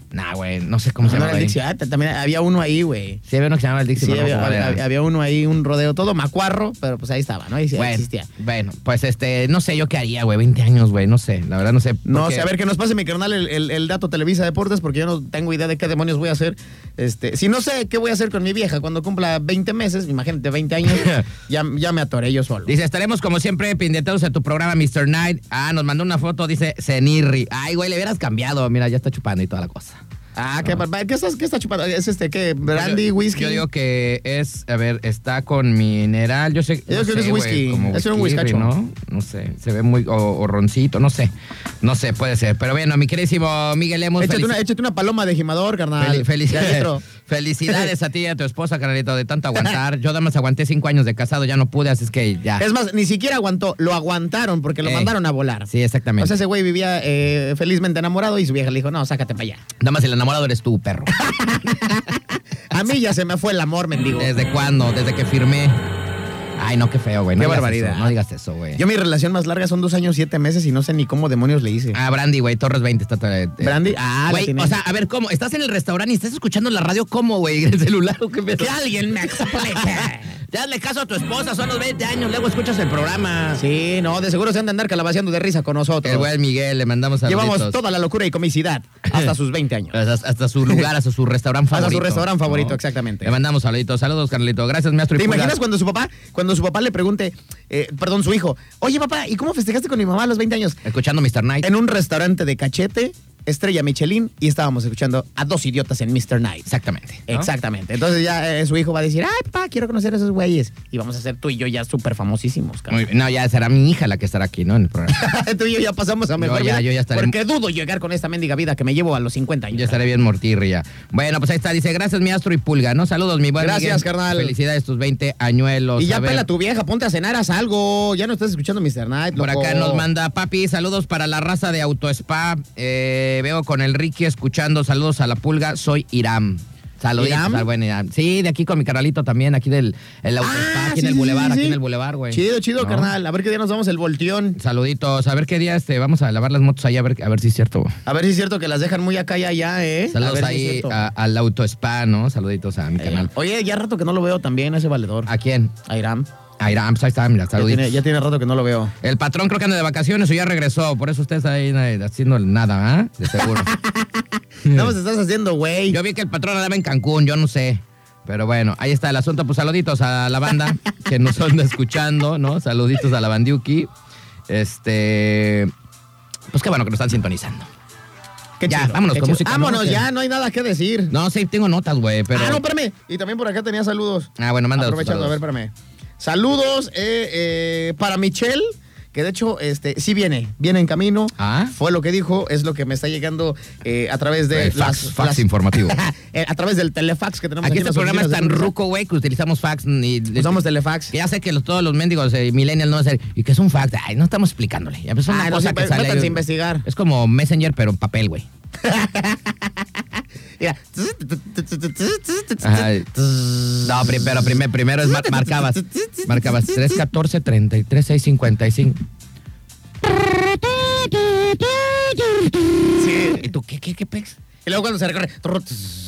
[SPEAKER 2] Nah, güey. No sé cómo se
[SPEAKER 3] No,
[SPEAKER 2] llama.
[SPEAKER 3] era el Dixie. Ah, t- también había uno ahí, güey.
[SPEAKER 2] Sí, había uno que se llamaba el
[SPEAKER 3] Sí,
[SPEAKER 2] Dixie. pero no me
[SPEAKER 3] había,
[SPEAKER 2] acuerdo cuál
[SPEAKER 3] había-
[SPEAKER 2] era.
[SPEAKER 3] había uno ahí, un rodeo, todo macuarro, pero pues ahí estaba, ¿no? Ahí sí
[SPEAKER 2] bueno,
[SPEAKER 3] existía.
[SPEAKER 2] bueno, pues este, no sé yo qué haría, güey. 20 años, güey. No sé. La verdad no sé.
[SPEAKER 3] No
[SPEAKER 2] porque-
[SPEAKER 3] sé, a ver que nos pase mi carnal el, el- el dato Televisa Deportes, porque yo no tengo idea de qué demonios voy a hacer. Este, si no sé qué voy a hacer con mi vieja cuando cumpla 20 meses, imagínate, 20 años, ya, ya me atoré yo solo.
[SPEAKER 2] Dice, estaremos como siempre pendientes a tu programa, Mr. Knight. Ah, nos mandó una foto, dice Cenirri. Ay, güey, le hubieras cambiado. Mira, ya está chupando y toda la cosa.
[SPEAKER 3] Ah, qué, barba- ¿qué, estás, ¿qué está chupando? ¿Es este qué? ¿Brandy,
[SPEAKER 2] Yo-
[SPEAKER 3] whisky?
[SPEAKER 2] Yo digo que es, a ver, está con mineral. Yo sé.
[SPEAKER 3] Yo creo
[SPEAKER 2] sé,
[SPEAKER 3] que es
[SPEAKER 2] güey,
[SPEAKER 3] whisky.
[SPEAKER 2] como
[SPEAKER 3] Es un
[SPEAKER 2] whisky,
[SPEAKER 3] whiskacho.
[SPEAKER 2] ¿no? No sé. Se ve muy. O, o roncito, no sé. No sé, puede ser. Pero bueno, mi queridísimo Miguel Lemos.
[SPEAKER 3] échate,
[SPEAKER 2] felici-
[SPEAKER 3] una, échate una paloma de gimador, carnal.
[SPEAKER 2] Fel- felici-
[SPEAKER 3] De adentro.
[SPEAKER 2] Felicidades a ti y a tu esposa, carnalito, de tanto aguantar. Yo nada más aguanté cinco años de casado, ya no pude, así es que ya.
[SPEAKER 3] Es más, ni siquiera aguantó, lo aguantaron porque lo
[SPEAKER 2] Ey.
[SPEAKER 3] mandaron a volar.
[SPEAKER 2] Eh, Sí, exactamente.
[SPEAKER 3] O sea, ese güey vivía eh, felizmente enamorado y su vieja le dijo, no, sácate para allá.
[SPEAKER 2] Nada más el enamorado eres tú, perro.
[SPEAKER 3] A mí ya se me fue el amor, mendigo.
[SPEAKER 2] ¿Desde cuándo? Desde que firmé. Ay, no, qué feo, güey. No
[SPEAKER 3] Qué
[SPEAKER 2] digas
[SPEAKER 3] barbaridad.
[SPEAKER 2] eso, no digas eso, güey.
[SPEAKER 3] Yo mi relación más larga son dos años, siete meses y no sé ni cómo demonios le hice.
[SPEAKER 2] Ah, Brandy, güey, Torres 20 está toda- eh,
[SPEAKER 3] Brandy, ah, la
[SPEAKER 2] güey,
[SPEAKER 3] tiene.
[SPEAKER 2] o sea, a ver, ¿cómo? ¿Estás en el restaurante y estás escuchando la radio cómo, güey? ¿En el celular o qué pedo?
[SPEAKER 3] Que alguien me explique.
[SPEAKER 2] Ya hazle caso a tu esposa, son los 20 años, luego escuchas el programa.
[SPEAKER 3] Sí, no, de seguro se han de andar calabaceando de risa con nosotros.
[SPEAKER 2] El güey Miguel, le mandamos saludos.
[SPEAKER 3] Llevamos toda la locura y comicidad hasta sus 20 años.
[SPEAKER 2] hasta, hasta su lugar, hasta su restaurante
[SPEAKER 3] Hasta su
[SPEAKER 2] favorito.
[SPEAKER 3] restaurante favorito, exactamente.
[SPEAKER 2] Le mandamos saluditos. Saludos, Carlito. Gracias, maestro.
[SPEAKER 3] ¿Te
[SPEAKER 2] y pulgas.
[SPEAKER 3] imaginas cuando su papá, cuando su papá le pregunte, eh, perdón, su hijo, oye papá, ¿y cómo festejaste con mi mamá a los 20 años?
[SPEAKER 2] Escuchando Mr. Night.
[SPEAKER 3] En un restaurante de cachete, estrella Michelin, y estábamos escuchando a dos idiotas en Mr. Night.
[SPEAKER 2] Exactamente. ¿no?
[SPEAKER 3] Exactamente. Entonces ya eh, su hijo va a decir, ay, papá, quiero conocer a esos güeyes. Y vamos a ser tú y yo ya súper famosísimos, cabrón.
[SPEAKER 2] Muy bien. No, ya será mi hija la que estará aquí, ¿no? En el programa.
[SPEAKER 3] Tú y yo ya pasamos a mejor
[SPEAKER 2] Yo ya-
[SPEAKER 3] vida,
[SPEAKER 2] yo ya estaré-
[SPEAKER 3] Porque dudo llegar con esta mendiga vida que me llevo a los 50 años.
[SPEAKER 2] Yo estaré bien mortirria. Bueno, pues ahí está. Dice, gracias, mi astro y pulga, ¿no? Saludos, mi buen
[SPEAKER 3] Gracias,
[SPEAKER 2] Miguel.
[SPEAKER 3] carnal.
[SPEAKER 2] Felicidades tus 20 añuelos.
[SPEAKER 3] Y ya
[SPEAKER 2] A ver,
[SPEAKER 3] pela tu vieja, ponte a cenar, haz algo. Ya no estás escuchando Mr. Night,
[SPEAKER 2] Por
[SPEAKER 3] loco.
[SPEAKER 2] acá nos manda papi, saludos para la raza de Autospa. Eh, veo con el Ricky escuchando, saludos a la pulga, soy Iram. Saludos
[SPEAKER 3] ¿Iram?
[SPEAKER 2] al buen Iram. Sí, de aquí con mi carnalito también, aquí del el Autospa,
[SPEAKER 3] Ah,
[SPEAKER 2] aquí
[SPEAKER 3] sí,
[SPEAKER 2] en el
[SPEAKER 3] sí,
[SPEAKER 2] bulevar,
[SPEAKER 3] sí,
[SPEAKER 2] aquí
[SPEAKER 3] sí.
[SPEAKER 2] en el bulevar, güey.
[SPEAKER 3] Chido, chido,
[SPEAKER 2] ¿No?
[SPEAKER 3] carnal. A ver qué día nos vamos el volteón.
[SPEAKER 2] Saluditos, a ver qué día este, vamos a lavar las motos ahí a ver, a ver si es cierto.
[SPEAKER 3] A ver si es cierto que las dejan muy acá y allá, ¿eh? a
[SPEAKER 2] Saludos
[SPEAKER 3] ver si es
[SPEAKER 2] ahí
[SPEAKER 3] cierto.
[SPEAKER 2] a- al Autospa, ¿no? Saluditos a mi canal. Ah,
[SPEAKER 3] Eh, Oye, ya rato que no lo veo también a ese valedor.
[SPEAKER 2] ¿A quién?
[SPEAKER 3] A Irán.
[SPEAKER 2] A Iram, pues ahí está, mira,
[SPEAKER 3] Ya
[SPEAKER 2] saluditos.
[SPEAKER 3] tiene, ya tiene rato que no lo veo.
[SPEAKER 2] El patrón creo que anda de vacaciones o ya regresó, por eso ustedes ahí eh, haciendo nada, ¿ah? De seguro.
[SPEAKER 3] No pues estás haciendo, güey.
[SPEAKER 2] Yo vi que el patrón andaba en Cancún, yo no sé. Pero bueno, ahí está el asunto. Pues saluditos a la banda que nos anda escuchando, ¿no? Saluditos a la bandiuki. Este. Pues qué bueno que nos están sintonizando.
[SPEAKER 3] Qué
[SPEAKER 2] Ya,
[SPEAKER 3] chido,
[SPEAKER 2] vámonos
[SPEAKER 3] qué
[SPEAKER 2] con
[SPEAKER 3] chido.
[SPEAKER 2] música, ¿no?
[SPEAKER 3] Vámonos,
[SPEAKER 2] Que-
[SPEAKER 3] ya, no hay nada que decir.
[SPEAKER 2] No, sí, tengo notas, güey, pero.
[SPEAKER 3] Ah, no, espérame. Y también por acá tenía saludos.
[SPEAKER 2] Ah, bueno, manda otros
[SPEAKER 3] Aprovechando, a ver,
[SPEAKER 2] saludos.
[SPEAKER 3] espérame. Saludos eh, eh, para Michelle, que de hecho este, sí viene, viene en camino.
[SPEAKER 2] Ah.
[SPEAKER 3] Fue lo que dijo, es lo que me está llegando eh, a través de
[SPEAKER 2] Eh, fax,
[SPEAKER 3] las-
[SPEAKER 2] fax
[SPEAKER 3] las- pues,
[SPEAKER 2] informativo.
[SPEAKER 3] eh, a través del telefax que tenemos
[SPEAKER 2] Aquí
[SPEAKER 3] en
[SPEAKER 2] este
[SPEAKER 3] las
[SPEAKER 2] programa es
[SPEAKER 3] oficinas
[SPEAKER 2] tan
[SPEAKER 3] de Televisa.
[SPEAKER 2] ruco, güey, que utilizamos fax. Y,
[SPEAKER 3] Usamos telefax.
[SPEAKER 2] que ya sé que los- todos los mendigos eh, millennials no van a ser. ¿Y que es un fax? Ay, no estamos explicándole. Ya, pues, es una
[SPEAKER 3] Ah, no,
[SPEAKER 2] cosa
[SPEAKER 3] sí,
[SPEAKER 2] que
[SPEAKER 3] pues,
[SPEAKER 2] sale ahí.
[SPEAKER 3] métanse a investigar.
[SPEAKER 2] Es como Messenger, pero en papel, güey.
[SPEAKER 3] Mira.
[SPEAKER 2] Ajá. No, pri- pero primer- primero es mar- marcabas. Marcabas 314 33 655
[SPEAKER 3] Sí.
[SPEAKER 2] ¿Y tú qué, qué, qué pex?
[SPEAKER 3] Y luego cuando se recorre.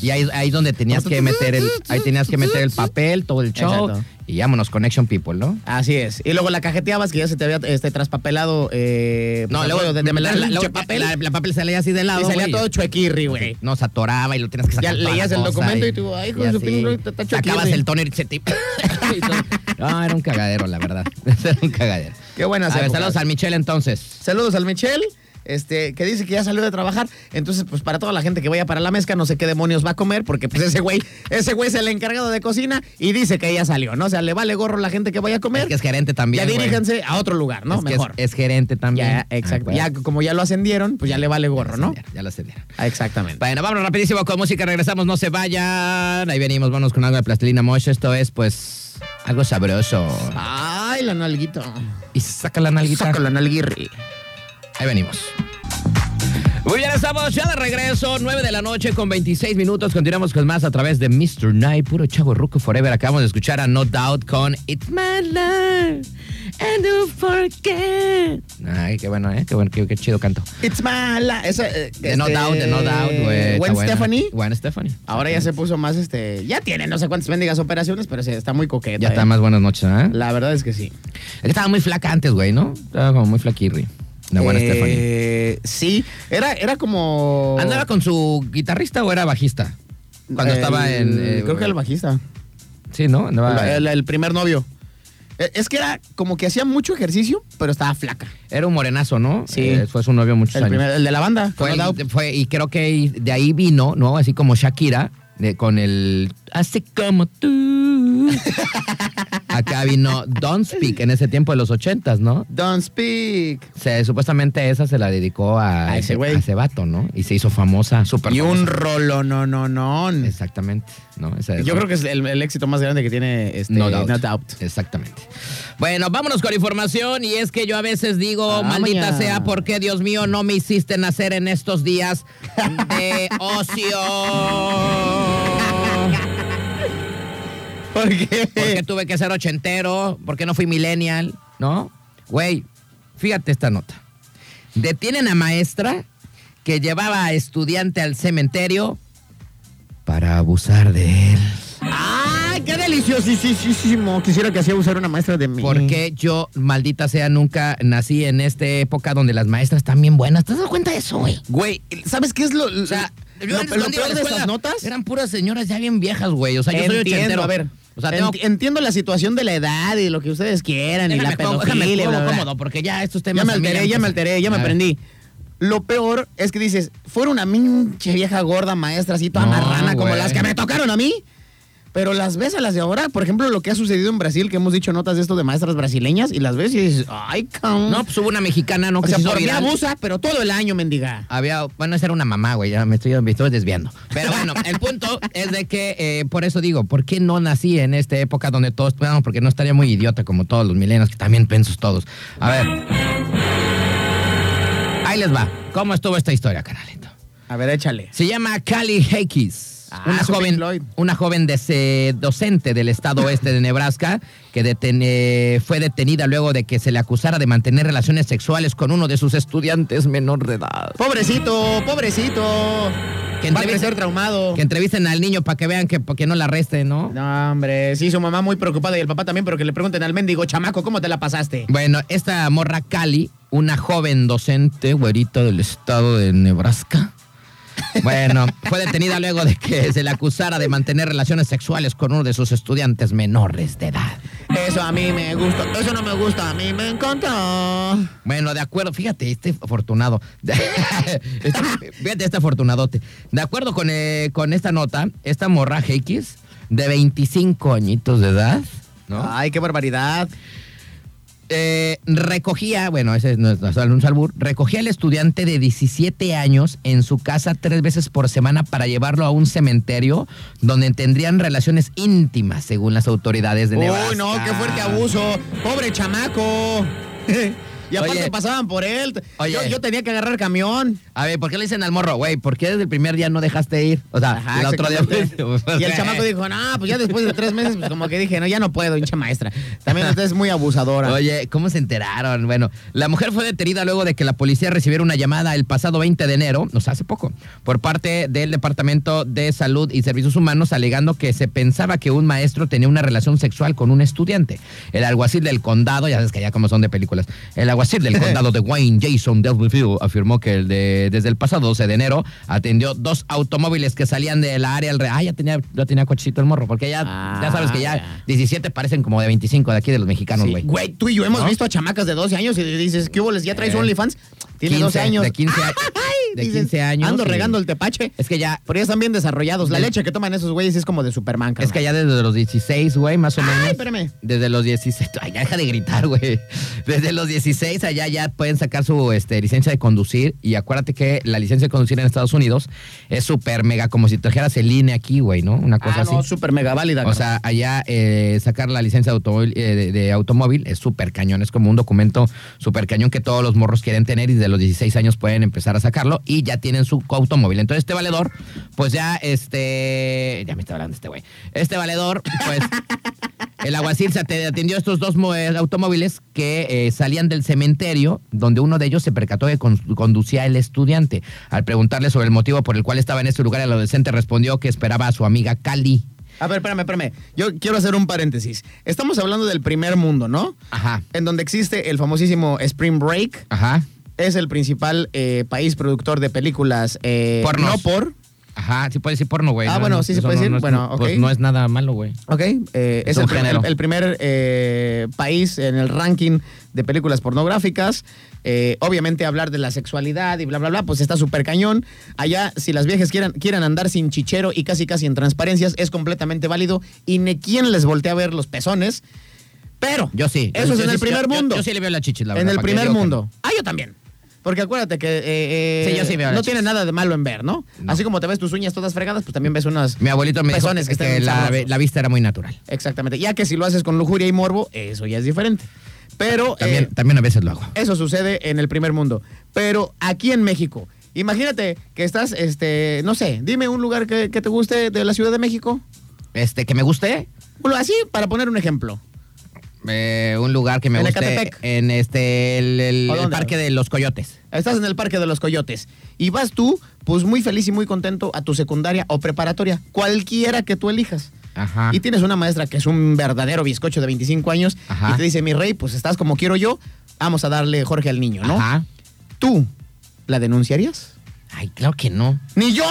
[SPEAKER 2] Y ahí, ahí es donde tenías que meter el, ahí tenías que meter el papel, todo el show.
[SPEAKER 3] Exacto.
[SPEAKER 2] Y vámonos, Connection People, ¿no?
[SPEAKER 3] Así es. Y luego la cajeteabas que ya se te había este, traspapelado. Eh,
[SPEAKER 2] No,
[SPEAKER 3] pues,
[SPEAKER 2] luego
[SPEAKER 3] de-
[SPEAKER 2] de,
[SPEAKER 3] de-
[SPEAKER 2] la, la-
[SPEAKER 3] pinche
[SPEAKER 2] la-
[SPEAKER 3] papel.
[SPEAKER 2] la- la papel salía así de lado.
[SPEAKER 3] y salía
[SPEAKER 2] güey.
[SPEAKER 3] todo chuequirri, güey.
[SPEAKER 2] No, se atoraba y lo tenías que sacar.
[SPEAKER 3] Ya
[SPEAKER 2] toda la
[SPEAKER 3] leías el
[SPEAKER 2] cosa
[SPEAKER 3] documento
[SPEAKER 2] y-
[SPEAKER 3] y tú, ay, hijo
[SPEAKER 2] y
[SPEAKER 3] de su
[SPEAKER 2] así.
[SPEAKER 3] pinche, está- está
[SPEAKER 2] Sacabas
[SPEAKER 3] choquirri.
[SPEAKER 2] el toner y se te...
[SPEAKER 3] Y todo.
[SPEAKER 2] No, era un cagadero, la verdad. Era un cagadero.
[SPEAKER 3] Qué buenas
[SPEAKER 2] A ver,
[SPEAKER 3] épocas.
[SPEAKER 2] saludos al Michel entonces.
[SPEAKER 3] Saludos al Michel, este, que dice que ya salió de trabajar. Entonces, pues para toda la gente que vaya para la mezcla, no sé qué demonios va a comer, porque pues ese güey, ese güey es el encargado de cocina y dice que ya salió, ¿no? O sea, le vale gorro la gente que vaya a comer.
[SPEAKER 2] Es que es gerente también.
[SPEAKER 3] ya
[SPEAKER 2] güey.
[SPEAKER 3] diríjanse a otro lugar, ¿no?
[SPEAKER 2] Es que es-
[SPEAKER 3] Mejor.
[SPEAKER 2] Es, gerente también.
[SPEAKER 3] ya, exacto.
[SPEAKER 2] Ah,
[SPEAKER 3] ya
[SPEAKER 2] güey.
[SPEAKER 3] como ya lo ascendieron, pues ya le vale gorro, ¿no?
[SPEAKER 2] Ya lo ascendieron.
[SPEAKER 3] Ah, Exactamente.
[SPEAKER 2] Bueno, vámonos rapidísimo con música, regresamos, no se vayan. Ahí venimos, vámonos con algo de plastilina mosh. Esto es, pues, algo sabroso.
[SPEAKER 3] Ay, la nalguito.
[SPEAKER 2] Y saca la nalguita.
[SPEAKER 3] Saca la nalguirri.
[SPEAKER 2] Ahí venimos. Muy bien, estamos ya de regreso, 9 de la noche con 26 minutos. Continuamos con más a través de Mr. Night, puro chavo ruco forever. Acabamos de escuchar a No Doubt con It's My Life and You Forget. Ay, qué bueno, ¿eh? Qué, bueno, qué, qué chido canto.
[SPEAKER 3] It's mala. Esa, eh,
[SPEAKER 2] De No
[SPEAKER 3] este,
[SPEAKER 2] Doubt, de No Doubt, güey.
[SPEAKER 3] Gwen Ah,
[SPEAKER 2] está buena.
[SPEAKER 3] Stephanie.
[SPEAKER 2] Gwen Stephanie.
[SPEAKER 3] Ahora ya se puso más, este, ya tiene no sé cuántas bendigas operaciones, pero sí, está muy coqueta.
[SPEAKER 2] Ya
[SPEAKER 3] eh.
[SPEAKER 2] está más buenas noches, ¿eh?
[SPEAKER 3] La verdad es que sí.
[SPEAKER 2] Es que Estaba muy flaca antes, güey, ¿no? Estaba como muy flaquirri. La buena Stephanie.
[SPEAKER 3] Eh, Sí, era, era como.
[SPEAKER 2] ¿Andaba con su guitarrista o era bajista? Cuando
[SPEAKER 3] el-
[SPEAKER 2] estaba en. eh,
[SPEAKER 3] creo que el bajista. Ah,
[SPEAKER 2] Sí, ¿no? Andaba.
[SPEAKER 3] El, el primer novio. Eh, Es que era como que hacía mucho ejercicio, pero estaba flaca.
[SPEAKER 2] Era un morenazo, ¿no?
[SPEAKER 3] Sí.
[SPEAKER 2] Eh, fue su novio muchos
[SPEAKER 3] El,
[SPEAKER 2] años.
[SPEAKER 3] primer- el de la banda.
[SPEAKER 2] Fue,
[SPEAKER 3] con
[SPEAKER 2] el-
[SPEAKER 3] No Doubt.
[SPEAKER 2] fue- y creo que de ahí vino, ¿no? Así como Shakira, de- con el Así como tú. Acá vino Don't Speak en ese tiempo de los ochentas, ¿no?
[SPEAKER 3] Don't speak.
[SPEAKER 2] Se, supuestamente esa se la dedicó a,
[SPEAKER 3] A ese güey.
[SPEAKER 2] a ese vato, ¿no? Y se hizo famosa, súper
[SPEAKER 3] y un
[SPEAKER 2] famosa.
[SPEAKER 3] rolo, no, no, no.
[SPEAKER 2] Exactamente, ¿no? Esa es-
[SPEAKER 3] Yo creo que es el, el éxito más grande que tiene este,
[SPEAKER 2] no doubt.
[SPEAKER 3] No Doubt.
[SPEAKER 2] Exactamente. Bueno, vámonos con información. Y es que yo a veces digo,
[SPEAKER 3] Ah,
[SPEAKER 2] maldita
[SPEAKER 3] mañana.
[SPEAKER 2] sea, ¿por qué, Dios mío, no me hiciste nacer en estos días de ocio?
[SPEAKER 3] ¿Por qué?
[SPEAKER 2] ¿Por qué tuve que ser ochentero? ¿Por qué no fui millennial? ¿No? Güey, fíjate esta nota. Detienen a maestra que llevaba a estudiante al cementerio para abusar de él.
[SPEAKER 3] ¡Ay, qué deliciosísimo! Quisiera que así abusara una maestra de mí.
[SPEAKER 2] Porque yo, maldita sea, nunca nací en esta época donde las maestras están bien buenas. ¿Te has dado cuenta de eso, güey?
[SPEAKER 3] Güey, ¿sabes qué es lo,
[SPEAKER 2] O sea,
[SPEAKER 3] lo-
[SPEAKER 2] yo
[SPEAKER 3] lo
[SPEAKER 2] antes cuando iba a
[SPEAKER 3] peor
[SPEAKER 2] la
[SPEAKER 3] de
[SPEAKER 2] escuela,
[SPEAKER 3] esas notas?
[SPEAKER 2] Eran puras señoras ya bien viejas, güey. O sea, yo soy ochentero.
[SPEAKER 3] Entiendo, a ver.
[SPEAKER 2] O sea, tengo...
[SPEAKER 3] enti- entiendo la situación de la edad y lo que ustedes quieran y la
[SPEAKER 2] Déjame como- déjame
[SPEAKER 3] pedofilia.
[SPEAKER 2] como
[SPEAKER 3] bla, bla, bla.
[SPEAKER 2] cómodo, porque ya estos temas...
[SPEAKER 3] Ya me
[SPEAKER 2] a mí
[SPEAKER 3] alteré, ya me
[SPEAKER 2] empiezan.
[SPEAKER 3] alteré, ya me
[SPEAKER 2] A ver.
[SPEAKER 3] aprendí. Lo peor es que dices, fuera una minche vieja gorda maestra así toda
[SPEAKER 2] No,
[SPEAKER 3] marrana como
[SPEAKER 2] güey.
[SPEAKER 3] las que me tocaron a mí. Pero las ves a las de ahora, por ejemplo, lo que ha sucedido en Brasil, que hemos dicho notas de esto de maestras brasileñas, y las ves y dices, ay, cabrón.
[SPEAKER 2] No, pues hubo una mexicana, ¿no?
[SPEAKER 3] o
[SPEAKER 2] Que
[SPEAKER 3] sea,
[SPEAKER 2] se hizo
[SPEAKER 3] por mí
[SPEAKER 2] viral.
[SPEAKER 3] abusa, pero todo el año, mendiga.
[SPEAKER 2] Había, bueno, esa era una mamá, güey, ya me estoy, me estoy desviando. Pero bueno, el punto es de que, eh, por eso digo, ¿por qué no nací en esta época donde todos, bueno, porque no estaría muy idiota como todos los milenios, que también pensos todos. A ver. Ahí les va. ¿Cómo estuvo esta historia, canalito?
[SPEAKER 3] A ver, échale.
[SPEAKER 2] Se llama Callie Hakis.
[SPEAKER 3] Ah,
[SPEAKER 2] Una
[SPEAKER 3] su Pink
[SPEAKER 2] joven,
[SPEAKER 3] Floyd.
[SPEAKER 2] una joven des- eh, docente del estado oeste de Nebraska que deten- eh, fue detenida luego de que se le acusara de mantener relaciones sexuales con uno de sus estudiantes menor de edad.
[SPEAKER 3] Pobrecito, pobrecito.
[SPEAKER 2] Que
[SPEAKER 3] Va
[SPEAKER 2] entrevista-
[SPEAKER 3] a crecer traumado.
[SPEAKER 2] Que entrevisten al niño para que vean que, pa' que no la arresten, ¿no?
[SPEAKER 3] No, hombre, sí, su mamá muy preocupada y el papá también, pero que le pregunten al mendigo, chamaco, ¿cómo te la pasaste?
[SPEAKER 2] Bueno, esta morra Cali, una joven docente, güerita del estado de Nebraska. Bueno, fue detenida luego de que se le acusara de mantener relaciones sexuales con uno de sus estudiantes menores de edad.
[SPEAKER 3] Eso a mí me gusta, eso no me gusta, a mí me encanta.
[SPEAKER 2] Bueno, de acuerdo, fíjate, este afortunado. Este- fíjate, este afortunadote. De acuerdo con, eh, con esta nota, esta morra X, de 25 añitos de edad, ¿no?
[SPEAKER 3] Ay, qué barbaridad.
[SPEAKER 2] Eh, recogía, bueno, ese no es, no es un albur, recogía al estudiante de 17 años en su casa tres veces por semana para llevarlo a un cementerio donde tendrían relaciones íntimas, según las autoridades de Nebraska.
[SPEAKER 3] Uy, no, qué fuerte abuso. Pobre chamaco. Y aparte
[SPEAKER 2] Oye.
[SPEAKER 3] pasaban por él.
[SPEAKER 2] Oye.
[SPEAKER 3] Yo, yo tenía que agarrar camión.
[SPEAKER 2] A ver, ¿por qué le dicen al morro, güey? ¿Por qué desde el primer día no dejaste ir? O sea,
[SPEAKER 3] Ajá,
[SPEAKER 2] el otro día.
[SPEAKER 3] exactamente.
[SPEAKER 2] pues,
[SPEAKER 3] y el chamaco dijo, no, pues ya después de tres meses, pues como que dije, no, ya no puedo, hincha maestra. También usted es muy abusadora.
[SPEAKER 2] Oye, ¿cómo se enteraron? Bueno, la mujer fue detenida luego de que la policía recibiera una llamada el pasado 20 de enero, o sea, hace poco, por parte del Departamento de Salud y Servicios Humanos, alegando que se pensaba que un maestro tenía una relación sexual con un estudiante. El alguacil del condado, ya sabes que ya como son de películas, el alguacil del condado de Wayne Jason Delville afirmó que el de- desde el pasado 12 de enero atendió dos automóviles que salían de la área alrededor. Ah, ya tenía, ya tenía cochecito el morro, porque ya,
[SPEAKER 3] Ah,
[SPEAKER 2] ya sabes que ya,
[SPEAKER 3] ya.
[SPEAKER 2] 17 parecen como de 25 de aquí de los mexicanos,
[SPEAKER 3] Sí.
[SPEAKER 2] güey.
[SPEAKER 3] Güey, tú y yo hemos
[SPEAKER 2] ¿No?
[SPEAKER 3] visto a chamacas de 12 años y le dices, ¿qué hubo? ¿Les ya traes
[SPEAKER 2] Eh,
[SPEAKER 3] OnlyFans? Tiene
[SPEAKER 2] 15,
[SPEAKER 3] 12 años.
[SPEAKER 2] de 15 a-
[SPEAKER 3] Ay,
[SPEAKER 2] de
[SPEAKER 3] dices,
[SPEAKER 2] 15 años
[SPEAKER 3] Ando
[SPEAKER 2] y-
[SPEAKER 3] regando el tepache.
[SPEAKER 2] Es que ya,
[SPEAKER 3] Pero ya están bien desarrollados. La
[SPEAKER 2] Del-
[SPEAKER 3] leche que toman esos güeyes es como de Superman.
[SPEAKER 2] es que
[SPEAKER 3] carnal.
[SPEAKER 2] ya desde los 16, güey, más o
[SPEAKER 3] Ay,
[SPEAKER 2] menos.
[SPEAKER 3] espérame.
[SPEAKER 2] Desde los 16, ay, ya deja de gritar, güey. Desde los 16 allá ya pueden sacar su este, licencia de conducir. Y acuérdate que la licencia de conducir en Estados Unidos es súper mega, como si trajeras el INE aquí, güey, ¿no? Una cosa
[SPEAKER 3] Ah,
[SPEAKER 2] Pues así.
[SPEAKER 3] no, super mega válida.
[SPEAKER 2] O sea, allá eh, sacar la licencia de automóvil, eh, de, de automóvil es súper cañón, es como un documento súper cañón que todos los morros quieren tener y de los 16 años pueden empezar a sacarlo y ya tienen su automóvil. Entonces este valedor, pues ya este, ya me está hablando este güey, este valedor, pues el aguacil se ate- atendió a estos dos mo- eh, automóviles que eh, salían del cementerio, donde uno de ellos se percató que con- conducía el estudiante. Al preguntarle sobre el motivo por el cual estaba en este lugar, el adolescente respondió que esperaba a su amiga Cali.
[SPEAKER 3] A ver, espérame, espérame. Yo quiero hacer un paréntesis. Estamos hablando del primer mundo, ¿no?
[SPEAKER 2] Ajá.
[SPEAKER 3] En donde existe el famosísimo Spring Break.
[SPEAKER 2] Ajá,
[SPEAKER 3] Es el principal eh, país productor de películas. eh,
[SPEAKER 2] Pornos.
[SPEAKER 3] No por.
[SPEAKER 2] ajá, sí puede decir porno, güey.
[SPEAKER 3] Ah, bueno, sí se
[SPEAKER 2] eso
[SPEAKER 3] puede decir,
[SPEAKER 2] es-
[SPEAKER 3] bueno, ok.
[SPEAKER 2] Pues no es nada malo, güey.
[SPEAKER 3] Ok, eh,
[SPEAKER 2] Es
[SPEAKER 3] es,
[SPEAKER 2] un
[SPEAKER 3] el, prim-
[SPEAKER 2] género.
[SPEAKER 3] el- el primer eh, país en el ranking de películas pornográficas. Eh, obviamente hablar de la sexualidad y bla, bla, bla, pues está súper cañón. Allá, si las viejas quieran, quieran andar sin chichero y casi casi en transparencias, es completamente válido y ni quien les voltea a ver los pezones. Pero
[SPEAKER 2] Yo sí.
[SPEAKER 3] eso
[SPEAKER 2] Yo-
[SPEAKER 3] es
[SPEAKER 2] yo
[SPEAKER 3] en
[SPEAKER 2] sí-
[SPEAKER 3] el primer
[SPEAKER 2] yo- yo-
[SPEAKER 3] mundo.
[SPEAKER 2] Yo, sí le veo la chichis, la
[SPEAKER 3] en
[SPEAKER 2] verdad,
[SPEAKER 3] el
[SPEAKER 2] ¿para qué
[SPEAKER 3] primer
[SPEAKER 2] digo que
[SPEAKER 3] mundo.
[SPEAKER 2] no?
[SPEAKER 3] Ah, yo también. Porque acuérdate que eh, eh,
[SPEAKER 2] Sí, yo sí veo
[SPEAKER 3] no
[SPEAKER 2] las
[SPEAKER 3] tiene
[SPEAKER 2] chichis.
[SPEAKER 3] nada de malo en ver, ¿no?
[SPEAKER 2] No.
[SPEAKER 3] Así como te ves tus uñas todas fregadas, pues también ves unas
[SPEAKER 2] Mi abuelito me dijo
[SPEAKER 3] pezones
[SPEAKER 2] que,
[SPEAKER 3] que, están
[SPEAKER 2] la,
[SPEAKER 3] sabrosos.
[SPEAKER 2] la vista era muy natural.
[SPEAKER 3] Exactamente. Ya que si lo haces con lujuria y morbo, eso ya es diferente. Pero
[SPEAKER 2] También,
[SPEAKER 3] eh,
[SPEAKER 2] también a veces lo hago.
[SPEAKER 3] eso sucede en el primer mundo. Pero aquí en México, imagínate que estás, este, no sé, dime un lugar que, que te guste de la Ciudad de México.
[SPEAKER 2] Este, que me guste,
[SPEAKER 3] Bueno, Así, para poner un ejemplo.
[SPEAKER 2] eh, un lugar que me
[SPEAKER 3] En
[SPEAKER 2] guste.
[SPEAKER 3] Ecatepec.
[SPEAKER 2] En este, el, el-
[SPEAKER 3] ¿O
[SPEAKER 2] el
[SPEAKER 3] dónde?
[SPEAKER 2] parque de los coyotes.
[SPEAKER 3] Estás en el Parque de los Coyotes y vas tú, pues muy feliz y muy contento a tu secundaria o preparatoria, cualquiera que tú elijas.
[SPEAKER 2] Ajá.
[SPEAKER 3] Y tienes una maestra que es un verdadero bizcocho de 25 años
[SPEAKER 2] Ajá.
[SPEAKER 3] y te dice, mi rey, pues estás como quiero yo, vamos a darle Jorge al niño, ¿no?
[SPEAKER 2] Ajá.
[SPEAKER 3] ¿Tú la denunciarías?
[SPEAKER 2] Ay, claro que no.
[SPEAKER 3] ¡Ni yo!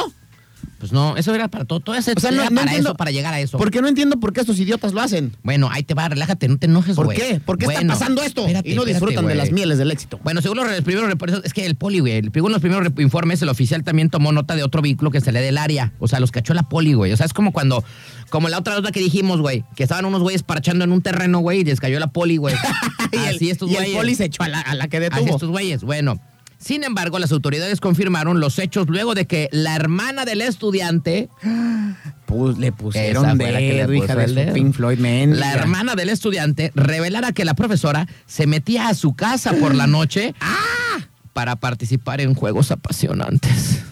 [SPEAKER 2] Pues no, eso era para todo. Todo ese
[SPEAKER 3] O sea, no,
[SPEAKER 2] era
[SPEAKER 3] no
[SPEAKER 2] para
[SPEAKER 3] entiendo.
[SPEAKER 2] eso, para llegar a eso.
[SPEAKER 3] Porque no entiendo por qué estos idiotas lo hacen.
[SPEAKER 2] Bueno, ahí te va, relájate, no te enojes,
[SPEAKER 3] ¿Por
[SPEAKER 2] güey.
[SPEAKER 3] qué? ¿Por qué
[SPEAKER 2] Bueno,
[SPEAKER 3] está pasando esto?
[SPEAKER 2] espérate,
[SPEAKER 3] y no
[SPEAKER 2] espérate,
[SPEAKER 3] disfrutan de
[SPEAKER 2] güey.
[SPEAKER 3] las mieles del éxito.
[SPEAKER 2] Bueno, según los re- primeros reportes, es que el poli, güey, el- según los primeros rep- informes, el oficial también tomó nota de otro vehículo que salía del área. O sea, los cachó la poli, güey. O sea, es como cuando, como la otra nota que dijimos, güey, que estaban unos güeyes parchando en un terreno, güey, y les cayó la poli, güey.
[SPEAKER 3] Y el-
[SPEAKER 2] Así estos
[SPEAKER 3] y
[SPEAKER 2] güeyes.
[SPEAKER 3] el poli se echó a la, a la que
[SPEAKER 2] Así
[SPEAKER 3] detuvo.
[SPEAKER 2] estos güeyes, bueno. Sin embargo, las autoridades confirmaron los hechos luego de que la hermana del estudiante,
[SPEAKER 3] Pues le
[SPEAKER 2] Esa
[SPEAKER 3] pusieron
[SPEAKER 2] fue la que le
[SPEAKER 3] dedo, hija
[SPEAKER 2] puso
[SPEAKER 3] de
[SPEAKER 2] el
[SPEAKER 3] su
[SPEAKER 2] dedo.
[SPEAKER 3] Pink Floyd, man.
[SPEAKER 2] la hermana del estudiante, revelara que la profesora se metía a su casa por la noche
[SPEAKER 3] ¡Ah!
[SPEAKER 2] para participar en juegos apasionantes.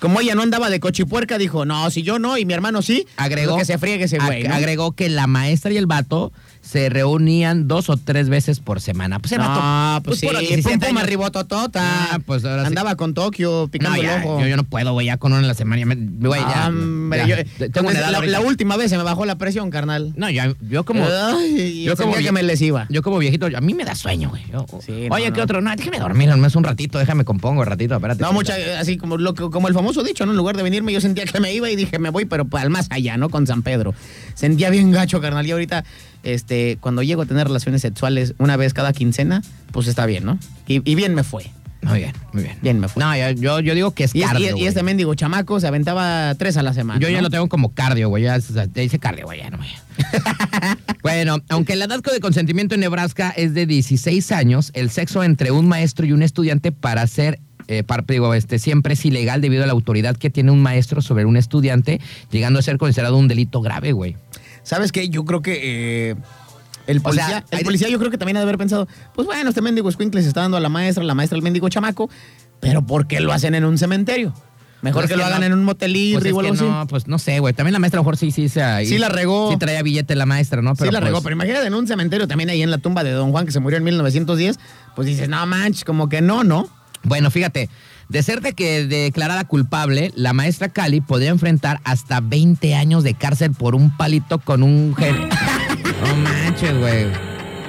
[SPEAKER 3] Como ella no andaba de cochipuerca, dijo, no, si yo no y mi hermano sí,
[SPEAKER 2] agregó
[SPEAKER 3] pues que se friegue ese güey.
[SPEAKER 2] ag-
[SPEAKER 3] ¿no?
[SPEAKER 2] Agregó que la maestra y el vato se reunían dos o tres veces por semana. Pues el vato.
[SPEAKER 3] No, pues,
[SPEAKER 2] puro
[SPEAKER 3] sí,
[SPEAKER 2] 17
[SPEAKER 3] pum, pum,
[SPEAKER 2] años.
[SPEAKER 3] arribototota.
[SPEAKER 2] Ah, pues ahora sí.
[SPEAKER 3] Andaba con Tokio
[SPEAKER 2] No,
[SPEAKER 3] picando
[SPEAKER 2] ya,
[SPEAKER 3] el ojo.
[SPEAKER 2] yo, yo no puedo, güey, ya con uno en la semana. ya me- güey, Pues ya,
[SPEAKER 3] Ah, Hombre,
[SPEAKER 2] ya.
[SPEAKER 3] yo-
[SPEAKER 2] Tengo
[SPEAKER 3] con
[SPEAKER 2] una
[SPEAKER 3] esa-
[SPEAKER 2] edad
[SPEAKER 3] la,
[SPEAKER 2] ahorita.
[SPEAKER 3] la última vez se me bajó la presión, carnal.
[SPEAKER 2] No, ya- yo como.
[SPEAKER 3] Ay,
[SPEAKER 2] yo
[SPEAKER 3] yo
[SPEAKER 2] como
[SPEAKER 3] como
[SPEAKER 2] vie-
[SPEAKER 3] que me les iba.
[SPEAKER 2] Ah. Yo como viejito, a mí me da sueño, güey. Yo-
[SPEAKER 3] Sí, no,
[SPEAKER 2] Oye, ¿qué
[SPEAKER 3] no.
[SPEAKER 2] otro? No, déjame dormir al menos un ratito, déjame compongo un ratito, espérate.
[SPEAKER 3] No, mucha, así como, lo, que- como el famoso dicho, ¿no? En lugar de venirme, yo sentía que me iba y dije, me voy, pero al más allá, ¿no? Con San Pedro. Sentía bien gacho, carnal. Y ahorita, este, cuando llego a tener relaciones sexuales una vez cada quincena, pues está bien, ¿no? Y, y bien me fue.
[SPEAKER 2] Muy bien, muy bien.
[SPEAKER 3] Bien me fue.
[SPEAKER 2] No, yo, yo, yo digo que es
[SPEAKER 3] Y, es-
[SPEAKER 2] cardio.
[SPEAKER 3] y, y
[SPEAKER 2] güey.
[SPEAKER 3] este mendigo chamaco se aventaba tres a la semana.
[SPEAKER 2] Yo ya
[SPEAKER 3] ¿no?
[SPEAKER 2] lo tengo como cardio, güey. Ya o sea, te dice cardio, güey. Ya no, güey. bueno, aunque la edad de consentimiento en Nebraska es de 16 años, el sexo entre un maestro y un estudiante para ser. eh, par- digo, este, siempre es ilegal debido a la autoridad que tiene un maestro sobre un estudiante, llegando a ser considerado un delito grave, güey.
[SPEAKER 3] ¿Sabes qué? Yo creo que eh, El
[SPEAKER 2] O sea,
[SPEAKER 3] policía, el
[SPEAKER 2] hay de-
[SPEAKER 3] policía yo creo que también ha de haber pensado, pues bueno, este mendigo escuincle se está dando a la maestra, la maestra al mendigo chamaco, pero ¿por qué lo hacen en un cementerio? Mejor
[SPEAKER 2] Pues
[SPEAKER 3] que
[SPEAKER 2] es
[SPEAKER 3] lo
[SPEAKER 2] que
[SPEAKER 3] hagan
[SPEAKER 2] no.
[SPEAKER 3] en un
[SPEAKER 2] Pues es
[SPEAKER 3] motelillo o
[SPEAKER 2] que
[SPEAKER 3] algo así.
[SPEAKER 2] no, pues no sé, güey. También la maestra a lo mejor sí, sí. se-
[SPEAKER 3] Sí la regó.
[SPEAKER 2] Sí traía billete la maestra, ¿no?
[SPEAKER 3] sí la regó,
[SPEAKER 2] pues,
[SPEAKER 3] pero imagínate en un cementerio también ahí en la tumba de Don Juan que se murió en 1910, pues dices, no manches, como que no, ¿no?
[SPEAKER 2] Bueno, fíjate. De ser de que declarada culpable, la maestra Cali podría enfrentar hasta 20 años de cárcel por un palito con un gen... no manches, güey.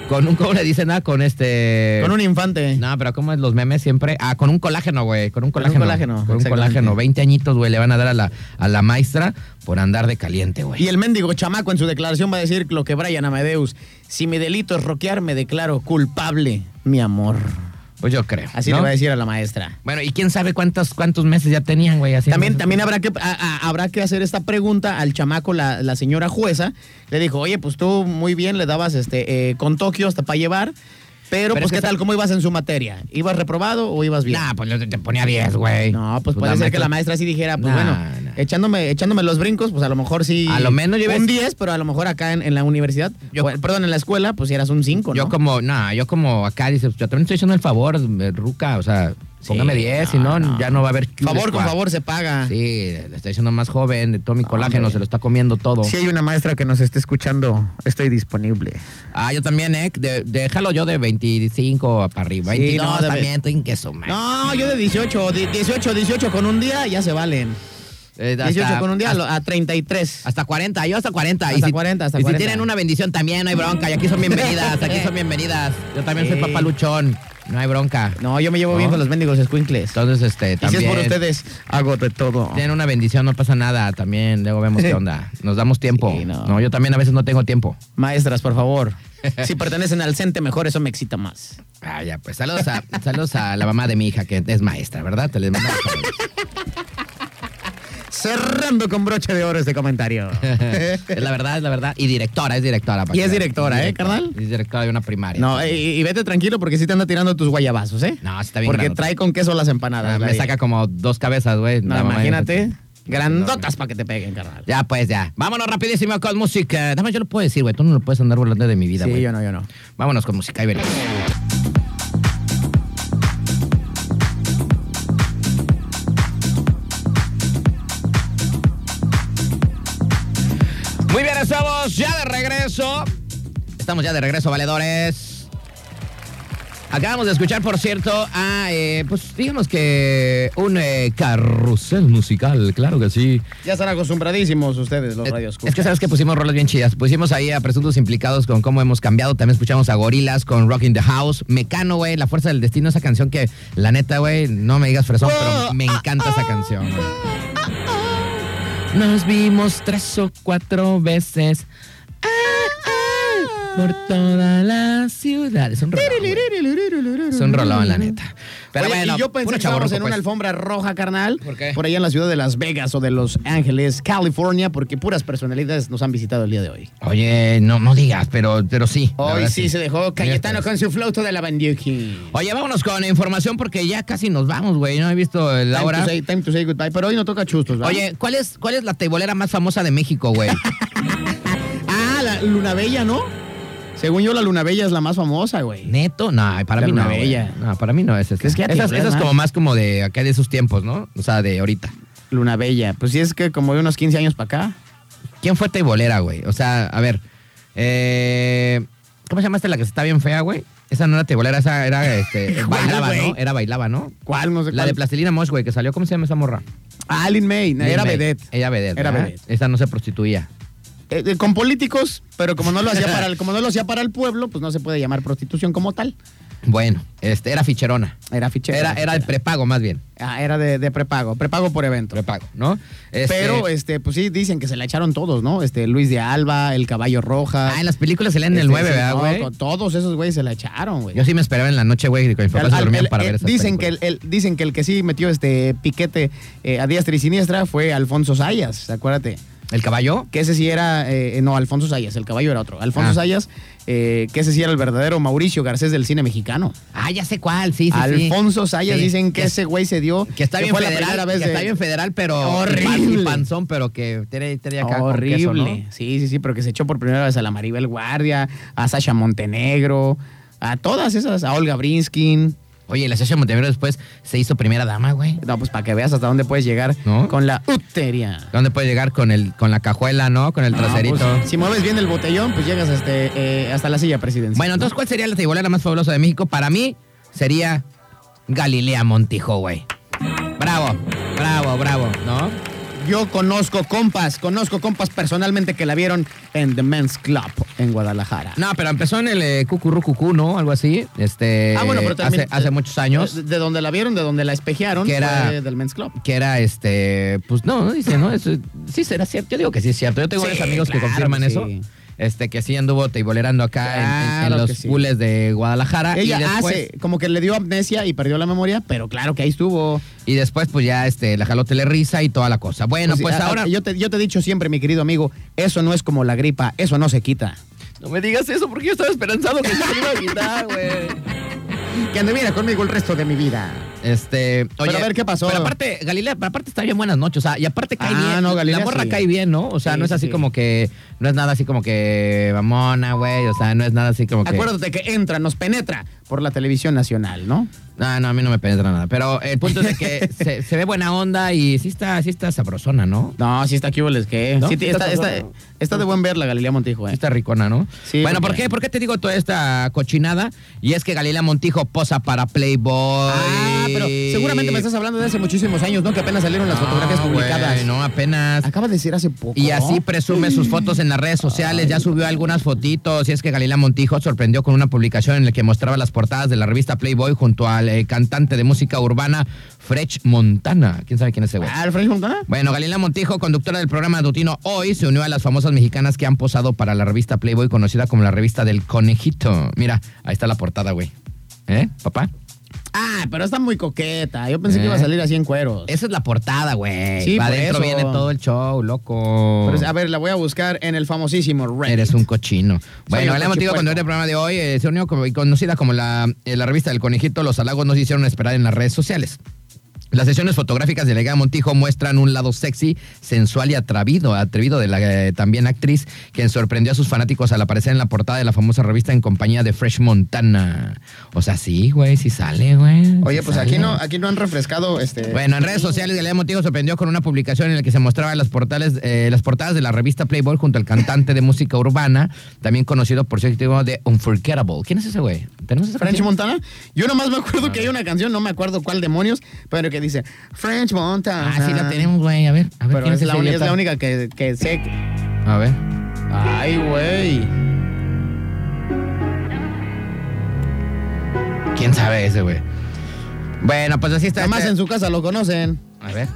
[SPEAKER 2] Con un, ¿cómo le dicen? Nada, con este...
[SPEAKER 3] Con un infante.
[SPEAKER 2] No, pero ¿cómo es los memes siempre? Ah, con un colágeno, güey. Con un
[SPEAKER 3] Con un
[SPEAKER 2] colágeno.
[SPEAKER 3] colágeno,
[SPEAKER 2] Con un
[SPEAKER 3] exactamente.
[SPEAKER 2] colágeno. 20 añitos, güey, le van a dar a la, a la maestra por andar de caliente,
[SPEAKER 3] Y
[SPEAKER 2] güey.
[SPEAKER 3] el mendigo chamaco en su declaración va a decir lo que Brian Amadeus, si mi delito es roquear, me declaro culpable, mi amor.
[SPEAKER 2] Pues yo creo.
[SPEAKER 3] Así
[SPEAKER 2] ¿no?
[SPEAKER 3] le va a decir a la maestra.
[SPEAKER 2] Bueno, y quién sabe cuántos, cuántos meses ya tenían, güey. haciendo
[SPEAKER 3] También,
[SPEAKER 2] eso.
[SPEAKER 3] también habrá, que, a- a- habrá que hacer esta pregunta al chamaco, la, la señora jueza. Le dijo, oye, pues tú muy bien le dabas este eh, con Tokio hasta para llevar, pero,
[SPEAKER 2] Pero
[SPEAKER 3] pues
[SPEAKER 2] es que
[SPEAKER 3] qué
[SPEAKER 2] esa-
[SPEAKER 3] tal, ¿cómo ibas en su materia? ¿Ibas reprobado o ibas bien?
[SPEAKER 2] Nah, pues yo te, te ponía 10, güey.
[SPEAKER 3] No, pues puede ser que la maestra sí dijera, pues
[SPEAKER 2] Nah,
[SPEAKER 3] bueno,
[SPEAKER 2] nah.
[SPEAKER 3] Echándome, echándome los brincos, pues a lo mejor sí.
[SPEAKER 2] A lo menos lleves-
[SPEAKER 3] Un 10, pero a lo mejor acá en, en la universidad,
[SPEAKER 2] Yo-
[SPEAKER 3] o- perdón, en la escuela, pues eras un 5, ¿no?
[SPEAKER 2] Yo como, no, yo como acá dices, yo también estoy haciendo el favor, eh, Ruca, o sea,
[SPEAKER 3] Sí,
[SPEAKER 2] póngame 10, si no, ya no va a haber...
[SPEAKER 3] Favor con
[SPEAKER 2] squad.
[SPEAKER 3] favor se paga.
[SPEAKER 2] Sí, le estoy diciendo más joven, de todo mi colágeno,
[SPEAKER 3] hombre.
[SPEAKER 2] se lo está comiendo todo.
[SPEAKER 3] Si hay una maestra que nos esté escuchando, estoy disponible.
[SPEAKER 2] Ah, yo también, eh, de- déjalo yo de 25 para arriba.
[SPEAKER 3] Sí,
[SPEAKER 2] 20, no,
[SPEAKER 3] no, de
[SPEAKER 2] también, tengo que sumar.
[SPEAKER 3] No, yo de 18, di- 18, 18 con un día ya se valen.
[SPEAKER 2] Eh, hasta-
[SPEAKER 3] 18 con un día
[SPEAKER 2] hasta-
[SPEAKER 3] lo- a 33.
[SPEAKER 2] Hasta 40, yo hasta 40.
[SPEAKER 3] Hasta 40, hasta
[SPEAKER 2] y
[SPEAKER 3] 40.
[SPEAKER 2] si tienen una bendición también, no hay bronca. Y aquí son bienvenidas, aquí son bienvenidas. Yo también soy
[SPEAKER 3] Sí.
[SPEAKER 2] papaluchón, no hay bronca.
[SPEAKER 3] No, yo me llevo bien
[SPEAKER 2] No.
[SPEAKER 3] con los mendigos escuincles.
[SPEAKER 2] Entonces, este,
[SPEAKER 3] Y si
[SPEAKER 2] también.
[SPEAKER 3] es por ustedes, hago de todo.
[SPEAKER 2] Tienen una bendición, no pasa nada también. Luego vemos qué onda. Nos damos tiempo.
[SPEAKER 3] Sí, no.
[SPEAKER 2] no. yo también a veces no tengo tiempo.
[SPEAKER 3] Maestras, por favor. Si pertenecen al CENTE, mejor, eso me excita más.
[SPEAKER 2] Ah, ya, pues saludos a, saludos a la mamá de mi hija, que es maestra, ¿verdad? Te les mando saludos.
[SPEAKER 3] Cerrando con broche de oro este comentario.
[SPEAKER 2] es la verdad, es la verdad. Y directora, es directora. para
[SPEAKER 3] Y es
[SPEAKER 2] que veas.
[SPEAKER 3] directora, ¿eh, carnal?
[SPEAKER 2] Es directora de una primaria.
[SPEAKER 3] No, y, y vete tranquilo porque sí te anda tirando tus guayabazos, ¿eh?
[SPEAKER 2] No, sí está bien
[SPEAKER 3] Porque
[SPEAKER 2] grandote.
[SPEAKER 3] trae con queso las empanadas.
[SPEAKER 2] Ah,
[SPEAKER 3] la
[SPEAKER 2] me
[SPEAKER 3] vieja.
[SPEAKER 2] saca como dos cabezas, güey.
[SPEAKER 3] No,
[SPEAKER 2] La mamá de-
[SPEAKER 3] imagínate. Grandotas para que te peguen, carnal.
[SPEAKER 2] Ya, pues, ya. Vámonos rapidísimo con música. Nada más yo lo puedo decir, güey. Tú no lo puedes andar volando de mi vida, güey.
[SPEAKER 3] Sí, yo no, yo no.
[SPEAKER 2] Vámonos con música y venimos. Muy bien, estamos ya de regreso. Estamos ya de regreso, valedores. Acabamos de escuchar, por cierto, a, eh, pues digamos que un eh, carrusel musical, claro que sí.
[SPEAKER 3] Ya están acostumbradísimos ustedes, los
[SPEAKER 2] Es-
[SPEAKER 3] radios.
[SPEAKER 2] Es que sabes que pusimos rolas bien chidas. Pusimos ahí a presuntos implicados con cómo hemos cambiado. También escuchamos a Gorilas con Rock in the House. Mecano, güey, La Fuerza del Destino, esa canción que, la neta, güey, no me digas fresón, pero me encanta esa canción. güey. Nos vimos tres o cuatro veces. ah, ah, Por toda la ciudad. Es un rolón. güey. Es un rolón, la neta. Pero
[SPEAKER 3] Oye,
[SPEAKER 2] bueno,
[SPEAKER 3] y yo pensé
[SPEAKER 2] puro
[SPEAKER 3] que estábamos
[SPEAKER 2] chavorruco,
[SPEAKER 3] en una
[SPEAKER 2] pues.
[SPEAKER 3] alfombra roja, carnal.
[SPEAKER 2] ¿Por qué?
[SPEAKER 3] Por allá en la ciudad de Las Vegas o de Los Ángeles, California, porque puras personalidades nos han visitado el día de hoy.
[SPEAKER 2] Oye, no, no digas, pero, pero sí. la
[SPEAKER 3] Hoy
[SPEAKER 2] verdad
[SPEAKER 3] sí se dejó Cayetano
[SPEAKER 2] Neta.
[SPEAKER 3] con su flauto de la bandiuki.
[SPEAKER 2] Oye, vámonos con información porque ya casi nos vamos, güey. No he visto la
[SPEAKER 3] Time
[SPEAKER 2] hora.
[SPEAKER 3] to, say, time to say goodbye, pero hoy no toca chustos, ¿va?
[SPEAKER 2] Oye, ¿cuál es, ¿cuál es la tebolera más famosa de México, güey?
[SPEAKER 3] Ah, la Luna Bella, ¿no? Según yo, la Luna Bella es la más famosa, güey.
[SPEAKER 2] ¿Neto? No, para
[SPEAKER 3] La
[SPEAKER 2] mí no.
[SPEAKER 3] Luna
[SPEAKER 2] güey.
[SPEAKER 3] Bella.
[SPEAKER 2] No, para mí no es esa.
[SPEAKER 3] Es que ya
[SPEAKER 2] esa,
[SPEAKER 3] tiene
[SPEAKER 2] esa es
[SPEAKER 3] más.
[SPEAKER 2] como más como de acá de esos tiempos, ¿no? O sea, de ahorita.
[SPEAKER 3] Luna Bella. Pues sí, es que como de unos 15 años para acá.
[SPEAKER 2] ¿Quién fue tebolera, güey? O sea, a ver. eh, ¿Cómo se llama esta la que está bien fea, güey? Esa no era tebolera, esa era este,
[SPEAKER 3] ¿Cuál,
[SPEAKER 2] bailaba,
[SPEAKER 3] güey?
[SPEAKER 2] ¿no? Era bailaba, ¿no?
[SPEAKER 3] ¿Cuál? No sé
[SPEAKER 2] La de
[SPEAKER 3] cuál.
[SPEAKER 2] Plastilina Mosh, güey, que salió. ¿Cómo se llama esa morra?
[SPEAKER 3] Ah, Lin May. no, era
[SPEAKER 2] Lin May.
[SPEAKER 3] vedette.
[SPEAKER 2] Ella vedette.
[SPEAKER 3] Era
[SPEAKER 2] ¿verdad?
[SPEAKER 3] vedette.
[SPEAKER 2] Esa no se prostituía.
[SPEAKER 3] Eh, eh, con políticos, pero como no, lo hacía para el, como no lo hacía para el pueblo, pues no se puede llamar prostitución como tal.
[SPEAKER 2] Bueno, este, era ficherona.
[SPEAKER 3] Era fichera.
[SPEAKER 2] Era, era el
[SPEAKER 3] fichera.
[SPEAKER 2] prepago, más bien.
[SPEAKER 3] Ah, era de, de prepago, prepago por evento.
[SPEAKER 2] Prepago, ¿no? Este-
[SPEAKER 3] Pero, este, pues sí, dicen que se la echaron todos, ¿no? Este, Luis de Alba, el Caballo Roja.
[SPEAKER 2] Ah, en las películas se leen en el
[SPEAKER 3] Este,
[SPEAKER 2] 9,
[SPEAKER 3] sí,
[SPEAKER 2] ¿verdad,
[SPEAKER 3] no,
[SPEAKER 2] güey?
[SPEAKER 3] con todos esos güeyes se la echaron, güey.
[SPEAKER 2] Yo sí me esperaba en la noche, güey, con mis papás se
[SPEAKER 3] Al- al-
[SPEAKER 2] dormían
[SPEAKER 3] el-
[SPEAKER 2] para
[SPEAKER 3] el-
[SPEAKER 2] ver esas
[SPEAKER 3] dicen que el,
[SPEAKER 2] películas.
[SPEAKER 3] el- dicen que el que sí metió este piquete eh, a diestra y siniestra fue Alfonso Sayas, acuérdate.
[SPEAKER 2] ¿El caballo?
[SPEAKER 3] que ese sí era, eh, no, Alfonso Sayas, el caballo era otro. Alfonso
[SPEAKER 2] Ah.
[SPEAKER 3] Sayas, eh, que ese sí era el verdadero Mauricio Garcés del cine mexicano.
[SPEAKER 2] Ah, ya sé cuál, sí, sí. sí.
[SPEAKER 3] Alfonso Sayas
[SPEAKER 2] Sí,
[SPEAKER 3] dicen que
[SPEAKER 2] es-
[SPEAKER 3] ese güey se dio.
[SPEAKER 2] Que está bien
[SPEAKER 3] fue
[SPEAKER 2] federal,
[SPEAKER 3] la primera vez
[SPEAKER 2] que
[SPEAKER 3] de-
[SPEAKER 2] está bien federal, pero
[SPEAKER 3] Horrible.
[SPEAKER 2] y panzón, pero que tiene, tiene acá con
[SPEAKER 3] Horrible.
[SPEAKER 2] queso, ¿no?
[SPEAKER 3] Sí, sí, sí, pero que se echó por primera vez a la Maribel Guardia, a Sasha Montenegro, a todas esas, a Olga Brinskin.
[SPEAKER 2] Oye, la Sasha Montenegro después se hizo primera dama, güey.
[SPEAKER 3] No, pues para que veas hasta dónde puedes llegar
[SPEAKER 2] ¿No?
[SPEAKER 3] con la uteria.
[SPEAKER 2] ¿Dónde puede llegar con el con la cajuela, no? Con el
[SPEAKER 3] No,
[SPEAKER 2] traserito.
[SPEAKER 3] pues, si mueves bien el botellón, pues llegas este, eh, hasta la silla presidencial.
[SPEAKER 2] Bueno,
[SPEAKER 3] ¿no?
[SPEAKER 2] entonces, ¿cuál sería la tebolera más fabulosa de México? Para mí, sería Galilea Montijo, güey. Bravo, bravo, bravo, ¿no?
[SPEAKER 3] Yo conozco compas, conozco compas personalmente que la vieron en The Men's Club en Guadalajara.
[SPEAKER 2] No, pero empezó en el eh, Cucurrucucú, ¿no? Algo así. Este,
[SPEAKER 3] Ah, bueno, pero también. eh,
[SPEAKER 2] hace, hace muchos años.
[SPEAKER 3] De, de donde la vieron, de donde la espejearon,
[SPEAKER 2] Que era-
[SPEAKER 3] fue del Men's Club.
[SPEAKER 2] que era este, pues no, no dice, ¿no? Eso, sí será cierto, yo digo que sí es cierto. Yo tengo
[SPEAKER 3] Sí,
[SPEAKER 2] varios amigos que
[SPEAKER 3] claro
[SPEAKER 2] confirman
[SPEAKER 3] que
[SPEAKER 2] eso.
[SPEAKER 3] sí.
[SPEAKER 2] Este, que sí anduvo teibolerando acá en- en- en,
[SPEAKER 3] Claro que
[SPEAKER 2] los
[SPEAKER 3] sí.
[SPEAKER 2] pules de Guadalajara.
[SPEAKER 3] Ella
[SPEAKER 2] y después,
[SPEAKER 3] hace, como que le dio amnesia y perdió la memoria, pero claro que ahí estuvo.
[SPEAKER 2] Y después, pues ya este, la jaló risa y toda la cosa. Bueno, pues,
[SPEAKER 3] a- a-
[SPEAKER 2] ahora.
[SPEAKER 3] ah, yo, te, yo te he dicho siempre, mi querido amigo, eso no es como la gripa, eso no se quita.
[SPEAKER 2] No me digas eso porque yo estaba esperanzado que se iba a quitar, güey.
[SPEAKER 3] Que anduviera conmigo el resto de mi vida.
[SPEAKER 2] Este, oye,
[SPEAKER 3] a ver, ¿qué pasó?
[SPEAKER 2] Pero aparte, Galilea, pero aparte está bien buenas noches, o sea, y aparte cae
[SPEAKER 3] Ah,
[SPEAKER 2] bien.
[SPEAKER 3] no, Galilea
[SPEAKER 2] la morra
[SPEAKER 3] sí.
[SPEAKER 2] cae bien, ¿no? O sea,
[SPEAKER 3] Sí,
[SPEAKER 2] no es
[SPEAKER 3] sí,
[SPEAKER 2] así
[SPEAKER 3] sí.
[SPEAKER 2] como que, no es nada así como que mamona, güey, o sea, no es nada así como que.
[SPEAKER 3] Acuérdate que entra, nos penetra por la televisión nacional, ¿no?
[SPEAKER 2] Ah, No, no, a mí no me penetra nada. Pero el punto es de que se, se ve buena onda y sí está, sí está sabrosona, ¿no?
[SPEAKER 3] No, sí está aquí, ¿les qué?
[SPEAKER 2] ¿No?
[SPEAKER 3] Sí, te- está,
[SPEAKER 2] Está
[SPEAKER 3] está-
[SPEAKER 2] cabrón.
[SPEAKER 3] está de buen ver la Galilea Montijo,
[SPEAKER 2] Sí
[SPEAKER 3] ¿eh?
[SPEAKER 2] está ricona, ¿no?
[SPEAKER 3] Sí,
[SPEAKER 2] bueno, ¿por
[SPEAKER 3] porque-
[SPEAKER 2] qué? ¿por qué te digo toda esta cochinada? Y es que Galilea Montijo posa para Playboy.
[SPEAKER 3] Ah, pero seguramente me estás hablando de hace muchísimos años, ¿no? Que apenas salieron las
[SPEAKER 2] No,
[SPEAKER 3] fotografías
[SPEAKER 2] güey,
[SPEAKER 3] publicadas.
[SPEAKER 2] no, apenas.
[SPEAKER 3] Acaba de decir hace poco.
[SPEAKER 2] Ah, Y así
[SPEAKER 3] ¿no?
[SPEAKER 2] presume sus fotos en las redes sociales, ya subió algunas fotitos, y es que Galila Montijo sorprendió con una publicación en la que mostraba las portadas de la revista Playboy junto al eh, cantante de música urbana Frech Montana. ¿Quién sabe quién es ese güey?
[SPEAKER 3] Ah, ¿el French Montana?
[SPEAKER 2] Bueno, Galila Montijo, conductora del programa Dutino Hoy, se unió a las famosas mexicanas que han posado para la revista Playboy, conocida como la revista del conejito. Mira, ahí está la portada, güey. ¿Eh, papá?
[SPEAKER 3] Ah, pero está muy coqueta. Yo pensé
[SPEAKER 2] Eh.
[SPEAKER 3] que iba a salir así en cueros.
[SPEAKER 2] Esa es la portada, güey.
[SPEAKER 3] Sí,
[SPEAKER 2] Va
[SPEAKER 3] por
[SPEAKER 2] adentro
[SPEAKER 3] eso.
[SPEAKER 2] viene todo el show, loco.
[SPEAKER 3] Pero, a ver, la voy a buscar en el famosísimo Reddit.
[SPEAKER 2] Eres un cochino. Bueno,
[SPEAKER 3] un
[SPEAKER 2] el motivo
[SPEAKER 3] cochipuerco.
[SPEAKER 2] cuando era el programa de hoy eh, se unió como- conocida como la, eh, la revista del conejito, los halagos nos hicieron esperar en las redes sociales. Las sesiones fotográficas de Lega Montijo muestran un lado sexy, sensual y atrevido, atrevido de la eh, también actriz, quien sorprendió a sus fanáticos al aparecer en la portada de la famosa revista en compañía de Fresh Montana. O sea, sí, güey, sí sale, güey.
[SPEAKER 3] Oye,
[SPEAKER 2] sí
[SPEAKER 3] pues
[SPEAKER 2] sale.
[SPEAKER 3] aquí no, aquí no han refrescado este.
[SPEAKER 2] Bueno, en redes sociales Galilea Montijo sorprendió con una publicación en la que se mostraban las, portales, eh, las portadas de la revista Playboy junto al cantante de música urbana, también conocido por su título de Unforgettable. ¿Quién es ese güey? ¿Tenemos esa
[SPEAKER 3] French
[SPEAKER 2] canción?
[SPEAKER 3] Montana. Yo nomás me acuerdo que hay una canción, no me acuerdo cuál demonios, pero que dice French Montana.
[SPEAKER 2] Ah, sí la tenemos, güey. A ver, a ver.
[SPEAKER 3] Pero
[SPEAKER 2] ¿quién
[SPEAKER 3] es la,
[SPEAKER 2] ese
[SPEAKER 3] uni- es
[SPEAKER 2] idiota?
[SPEAKER 3] la única que, que sé. que-
[SPEAKER 2] A ver.
[SPEAKER 3] Ay, güey.
[SPEAKER 2] ¿Quién sabe ese güey? Bueno, pues así está.
[SPEAKER 3] Además
[SPEAKER 2] este-
[SPEAKER 3] en su casa lo conocen.
[SPEAKER 2] A ver.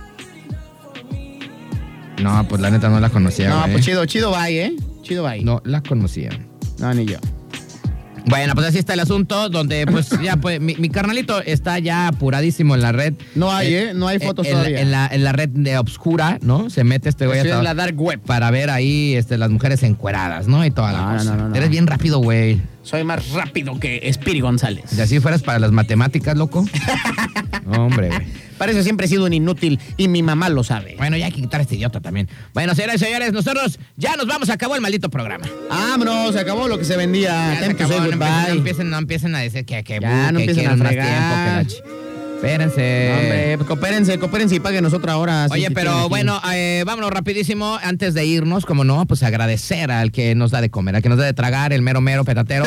[SPEAKER 2] No, pues la neta no la conocía,
[SPEAKER 3] No,
[SPEAKER 2] güey.
[SPEAKER 3] pues chido, chido bye, ¿eh? Chido bye.
[SPEAKER 2] No la conocía.
[SPEAKER 3] no ni yo.
[SPEAKER 2] Bueno, pues así está el asunto, donde pues ya, pues mi, mi carnalito está ya apuradísimo en la red.
[SPEAKER 3] No hay, ¿eh? No hay fotos
[SPEAKER 2] en, la-
[SPEAKER 3] todavía.
[SPEAKER 2] En la, en la red de Obscura, ¿no? Se mete este güey
[SPEAKER 3] Estoy
[SPEAKER 2] hasta-
[SPEAKER 3] en la dark web.
[SPEAKER 2] para ver ahí este, las mujeres encueradas, ¿no? Y toda la
[SPEAKER 3] No, no,
[SPEAKER 2] cosa.
[SPEAKER 3] no, no, no.
[SPEAKER 2] Eres bien rápido, güey.
[SPEAKER 3] Soy más rápido que Spiri González.
[SPEAKER 2] Si así fueras para las matemáticas, loco. Hombre, güey.
[SPEAKER 3] Para eso siempre he sido un inútil y mi mamá lo sabe.
[SPEAKER 2] Bueno, ya hay que quitar a este idiota también. Bueno, señoras y señores, nosotros ya nos vamos. Acabó el maldito programa.
[SPEAKER 3] Vámonos, se acabó lo que se vendía.
[SPEAKER 2] Ya se
[SPEAKER 3] Time to
[SPEAKER 2] acabó,
[SPEAKER 3] say
[SPEAKER 2] no, empiecen, no,
[SPEAKER 3] goodbye.
[SPEAKER 2] empiecen, no empiecen a decir que, que,
[SPEAKER 3] Ya,
[SPEAKER 2] bu,
[SPEAKER 3] no
[SPEAKER 2] que
[SPEAKER 3] empiecen a
[SPEAKER 2] quieren más tiempo que la
[SPEAKER 3] fregar.
[SPEAKER 2] ch- Espérense.
[SPEAKER 3] Hombre, pues, coopérense, coopérense y paguen otra hora. si-
[SPEAKER 2] Oye,
[SPEAKER 3] si tienen
[SPEAKER 2] pero
[SPEAKER 3] aquí.
[SPEAKER 2] bueno, eh, vámonos rapidísimo. Antes de irnos, como no, pues agradecer al que nos da de comer, al que nos da de tragar, el mero mero petatero,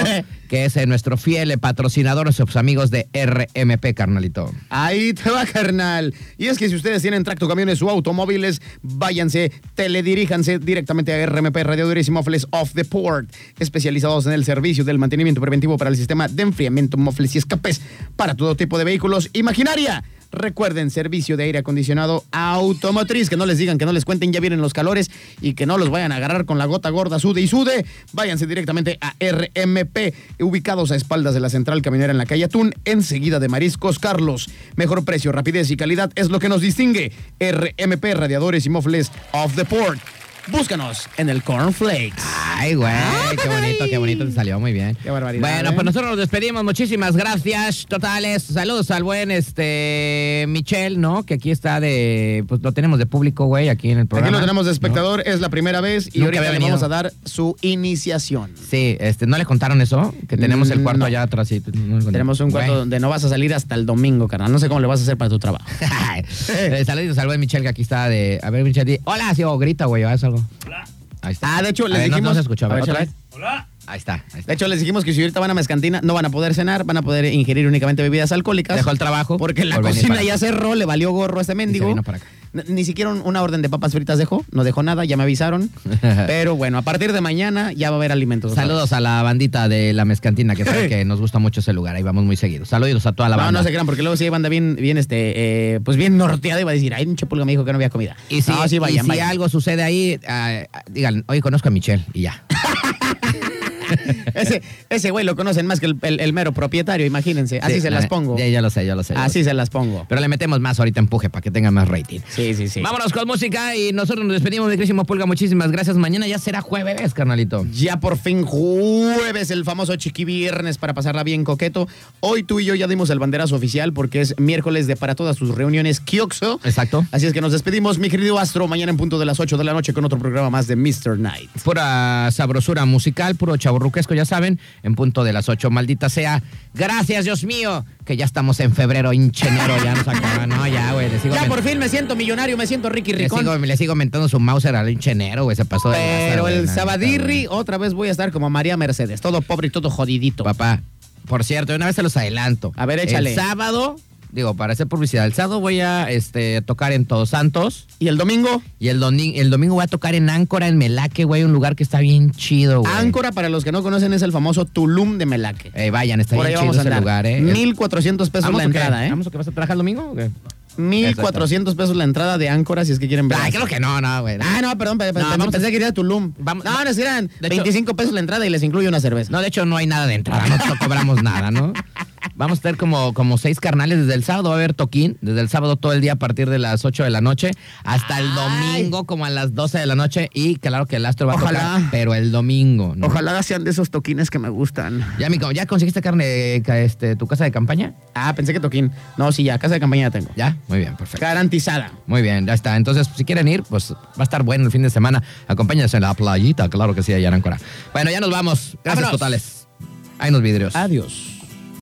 [SPEAKER 2] que es eh, nuestro fiel patrocinador, nuestros amigos de RMP, carnalito.
[SPEAKER 3] Ahí te va, carnal. Y es que si ustedes tienen tractocamiones o automóviles, váyanse, telediríjanse directamente a RMP Radio Durísimo Mofles of the Port, especializados en el servicio del mantenimiento preventivo para el sistema de enfriamiento, mofles y escapes para todo tipo de vehículos. Imaginaria. Recuerden, servicio de aire acondicionado automotriz. Que no les digan, que no les cuenten, ya vienen los calores y que no los vayan a agarrar con la gota gorda, sude y sude. Váyanse directamente a RMP, ubicados a espaldas de la central camionera en la calle Atún, enseguida de Mariscos Carlos. Mejor precio, rapidez y calidad es lo que nos distingue. RMP, radiadores y mofles off the port. búscanos en el Cornflakes.
[SPEAKER 2] Ay, güey, qué bonito, qué bonito te salió, muy bien.
[SPEAKER 3] Qué barbaridad,
[SPEAKER 2] Bueno,
[SPEAKER 3] ¿eh?
[SPEAKER 2] pues nosotros nos despedimos, muchísimas gracias, totales. Saludos al buen este Michel, ¿no? Que aquí está de, pues lo tenemos de público, güey, aquí en el programa.
[SPEAKER 3] Aquí lo tenemos de
[SPEAKER 2] ¿no?
[SPEAKER 3] espectador, es la primera vez y
[SPEAKER 2] Nunca
[SPEAKER 3] ahorita
[SPEAKER 2] había
[SPEAKER 3] le
[SPEAKER 2] venido.
[SPEAKER 3] vamos a dar su iniciación.
[SPEAKER 2] Sí, este, ¿no le contaron eso? Que tenemos el cuarto
[SPEAKER 3] Mm, No.
[SPEAKER 2] allá atrás. sí, no le contaron.
[SPEAKER 3] Tenemos un cuarto
[SPEAKER 2] Güey.
[SPEAKER 3] donde no vas a salir hasta el domingo, carnal. No sé cómo le vas a hacer para tu trabajo.
[SPEAKER 2] Eh, Saludos al buen Michel, que aquí está de, a ver, Michel, di, hola, sí, o grita, güey, haz algo. Ahí está.
[SPEAKER 3] Ah, de hecho,
[SPEAKER 2] A
[SPEAKER 3] les
[SPEAKER 2] ver, no-
[SPEAKER 3] dijimos.
[SPEAKER 2] No, se escuchó, a ver,
[SPEAKER 3] échala.
[SPEAKER 2] otra vez. Ahí está, ahí
[SPEAKER 3] De
[SPEAKER 2] está.
[SPEAKER 3] hecho, les dijimos que si ahorita van a mezcantina, no van a poder cenar, van a poder ingerir únicamente bebidas alcohólicas.
[SPEAKER 2] Dejó el trabajo
[SPEAKER 3] Porque la
[SPEAKER 2] por venir
[SPEAKER 3] cocina
[SPEAKER 2] para
[SPEAKER 3] ya
[SPEAKER 2] acá.
[SPEAKER 3] cerró, le valió gorro a este mendigo.
[SPEAKER 2] vino para acá.
[SPEAKER 3] N- Ni siquiera un- una orden de papas fritas dejó, no dejó nada, ya me avisaron. Pero bueno, a partir de mañana ya va a haber alimentos. otra
[SPEAKER 2] Saludos a la bandita de la mezcantina, que sabe que nos gusta mucho ese lugar, ahí vamos muy seguidos. Saludos a toda la
[SPEAKER 3] vez.
[SPEAKER 2] banda.
[SPEAKER 3] No, no se crean, porque luego si hay banda bien, bien este, eh, pues bien norteada y va a decir, ay, un chapulga me dijo que no había comida.
[SPEAKER 2] y si,
[SPEAKER 3] No, sí,
[SPEAKER 2] y
[SPEAKER 3] vayan,
[SPEAKER 2] si
[SPEAKER 3] vayan.
[SPEAKER 2] algo sucede ahí, ah, ah, digan, oye, conozco a Michelle y ya.
[SPEAKER 3] Ese, ese güey lo conocen más que el, el- el mero propietario, imagínense. Así
[SPEAKER 2] Sí,
[SPEAKER 3] se
[SPEAKER 2] la-
[SPEAKER 3] las pongo.
[SPEAKER 2] Ya, ya lo sé, ya lo sé. ya
[SPEAKER 3] Así
[SPEAKER 2] lo sé.
[SPEAKER 3] se las pongo.
[SPEAKER 2] Pero le metemos más ahorita empuje para que tenga más rating.
[SPEAKER 3] Sí, sí, sí.
[SPEAKER 2] Vámonos con música y nosotros nos despedimos de Crísimo Pulga. Muchísimas gracias. Mañana ya será jueves, carnalito.
[SPEAKER 3] Ya por fin jueves, el famoso chiqui viernes para pasarla bien coqueto. Hoy tú y yo ya dimos el banderazo oficial porque es miércoles de para todas tus reuniones Kioxo.
[SPEAKER 2] Exacto.
[SPEAKER 3] Así es que nos despedimos, mi querido Astro, mañana en punto de las 8 de la noche con otro programa más de Mr. Night.
[SPEAKER 2] Pura sabrosura musical, puro chaburruquesco, ya saben, en punto de las 8, maldita sea. Gracias, Dios mío, que ya estamos en febrero, hinchenero, ya nos acaba. No, ya, güey, le sigo,
[SPEAKER 3] Ya
[SPEAKER 2] men-
[SPEAKER 3] por fin me siento millonario, me siento Ricky
[SPEAKER 2] le sigo,
[SPEAKER 3] Ricón.
[SPEAKER 2] le sigo mentando su Mauser al hinchenero, güey, se pasó de lanza,
[SPEAKER 3] Pero
[SPEAKER 2] güey, la
[SPEAKER 3] el
[SPEAKER 2] neta, güey.
[SPEAKER 3] Sabadirri, otra vez voy a estar como María Mercedes, todo pobre y todo jodidito.
[SPEAKER 2] Papá, por cierto, una vez se los adelanto.
[SPEAKER 3] A ver, échale.
[SPEAKER 2] El sábado, digo, para hacer publicidad, el sábado voy a este, tocar en Todos Santos.
[SPEAKER 3] ¿Y el domingo?
[SPEAKER 2] Y el, doni- el domingo voy a tocar en Áncora, en Melaque, güey, un lugar que está bien chido, güey.
[SPEAKER 3] Áncora, para los que no conocen, es el famoso Tulum de Melaque.
[SPEAKER 2] Eh, vayan, está
[SPEAKER 3] Por ahí
[SPEAKER 2] bien chido
[SPEAKER 3] vamos a
[SPEAKER 2] ese
[SPEAKER 3] andar.
[SPEAKER 2] lugar, eh.
[SPEAKER 3] 1400 pesos
[SPEAKER 2] ¿Vamos
[SPEAKER 3] la
[SPEAKER 2] o qué?
[SPEAKER 3] entrada, ¿eh?
[SPEAKER 2] ¿Vamos o qué vas a trabajar el domingo? o qué?
[SPEAKER 3] 1400 pesos la entrada de Áncora si es que quieren ver.
[SPEAKER 2] Ay, creo que no, no, güey.
[SPEAKER 3] Ah, no, perdón, pe- pe-
[SPEAKER 2] No,
[SPEAKER 3] pensé,
[SPEAKER 2] vamos a-
[SPEAKER 3] pensé que iría a Tulum.
[SPEAKER 2] Vamos-
[SPEAKER 3] no, no, es que eran
[SPEAKER 2] De hecho-
[SPEAKER 3] 25 pesos la entrada y les incluye una cerveza.
[SPEAKER 2] No, de hecho, no hay nada de entrada, no, no cobramos nada, ¿no? Vamos a tener como, como seis carnales desde el sábado, va a haber toquín, desde el sábado todo el día a partir de las 8 de la noche hasta el
[SPEAKER 3] Ay.
[SPEAKER 2] domingo como a las 12 de la noche y claro que el astro va a
[SPEAKER 3] Ojalá.
[SPEAKER 2] tocar, pero el domingo. ¿no?
[SPEAKER 3] Ojalá sean de esos toquines que me gustan.
[SPEAKER 2] ¿Ya, mi co- ¿Ya conseguiste carne, eh, ca- este, tu casa de campaña?
[SPEAKER 3] Ah, pensé que toquín. No, sí, ya, casa de campaña ya tengo.
[SPEAKER 2] ¿Ya? Muy bien, perfecto.
[SPEAKER 3] Garantizada.
[SPEAKER 2] Muy bien, ya está. Entonces, si quieren ir, pues va a estar bueno el fin de semana. Acompáñense en la playita, claro que sí, allá en Ancora. Bueno, ya nos vamos. Gracias
[SPEAKER 3] Vámonos.
[SPEAKER 2] totales. Hay unos vidrios.
[SPEAKER 3] Adiós.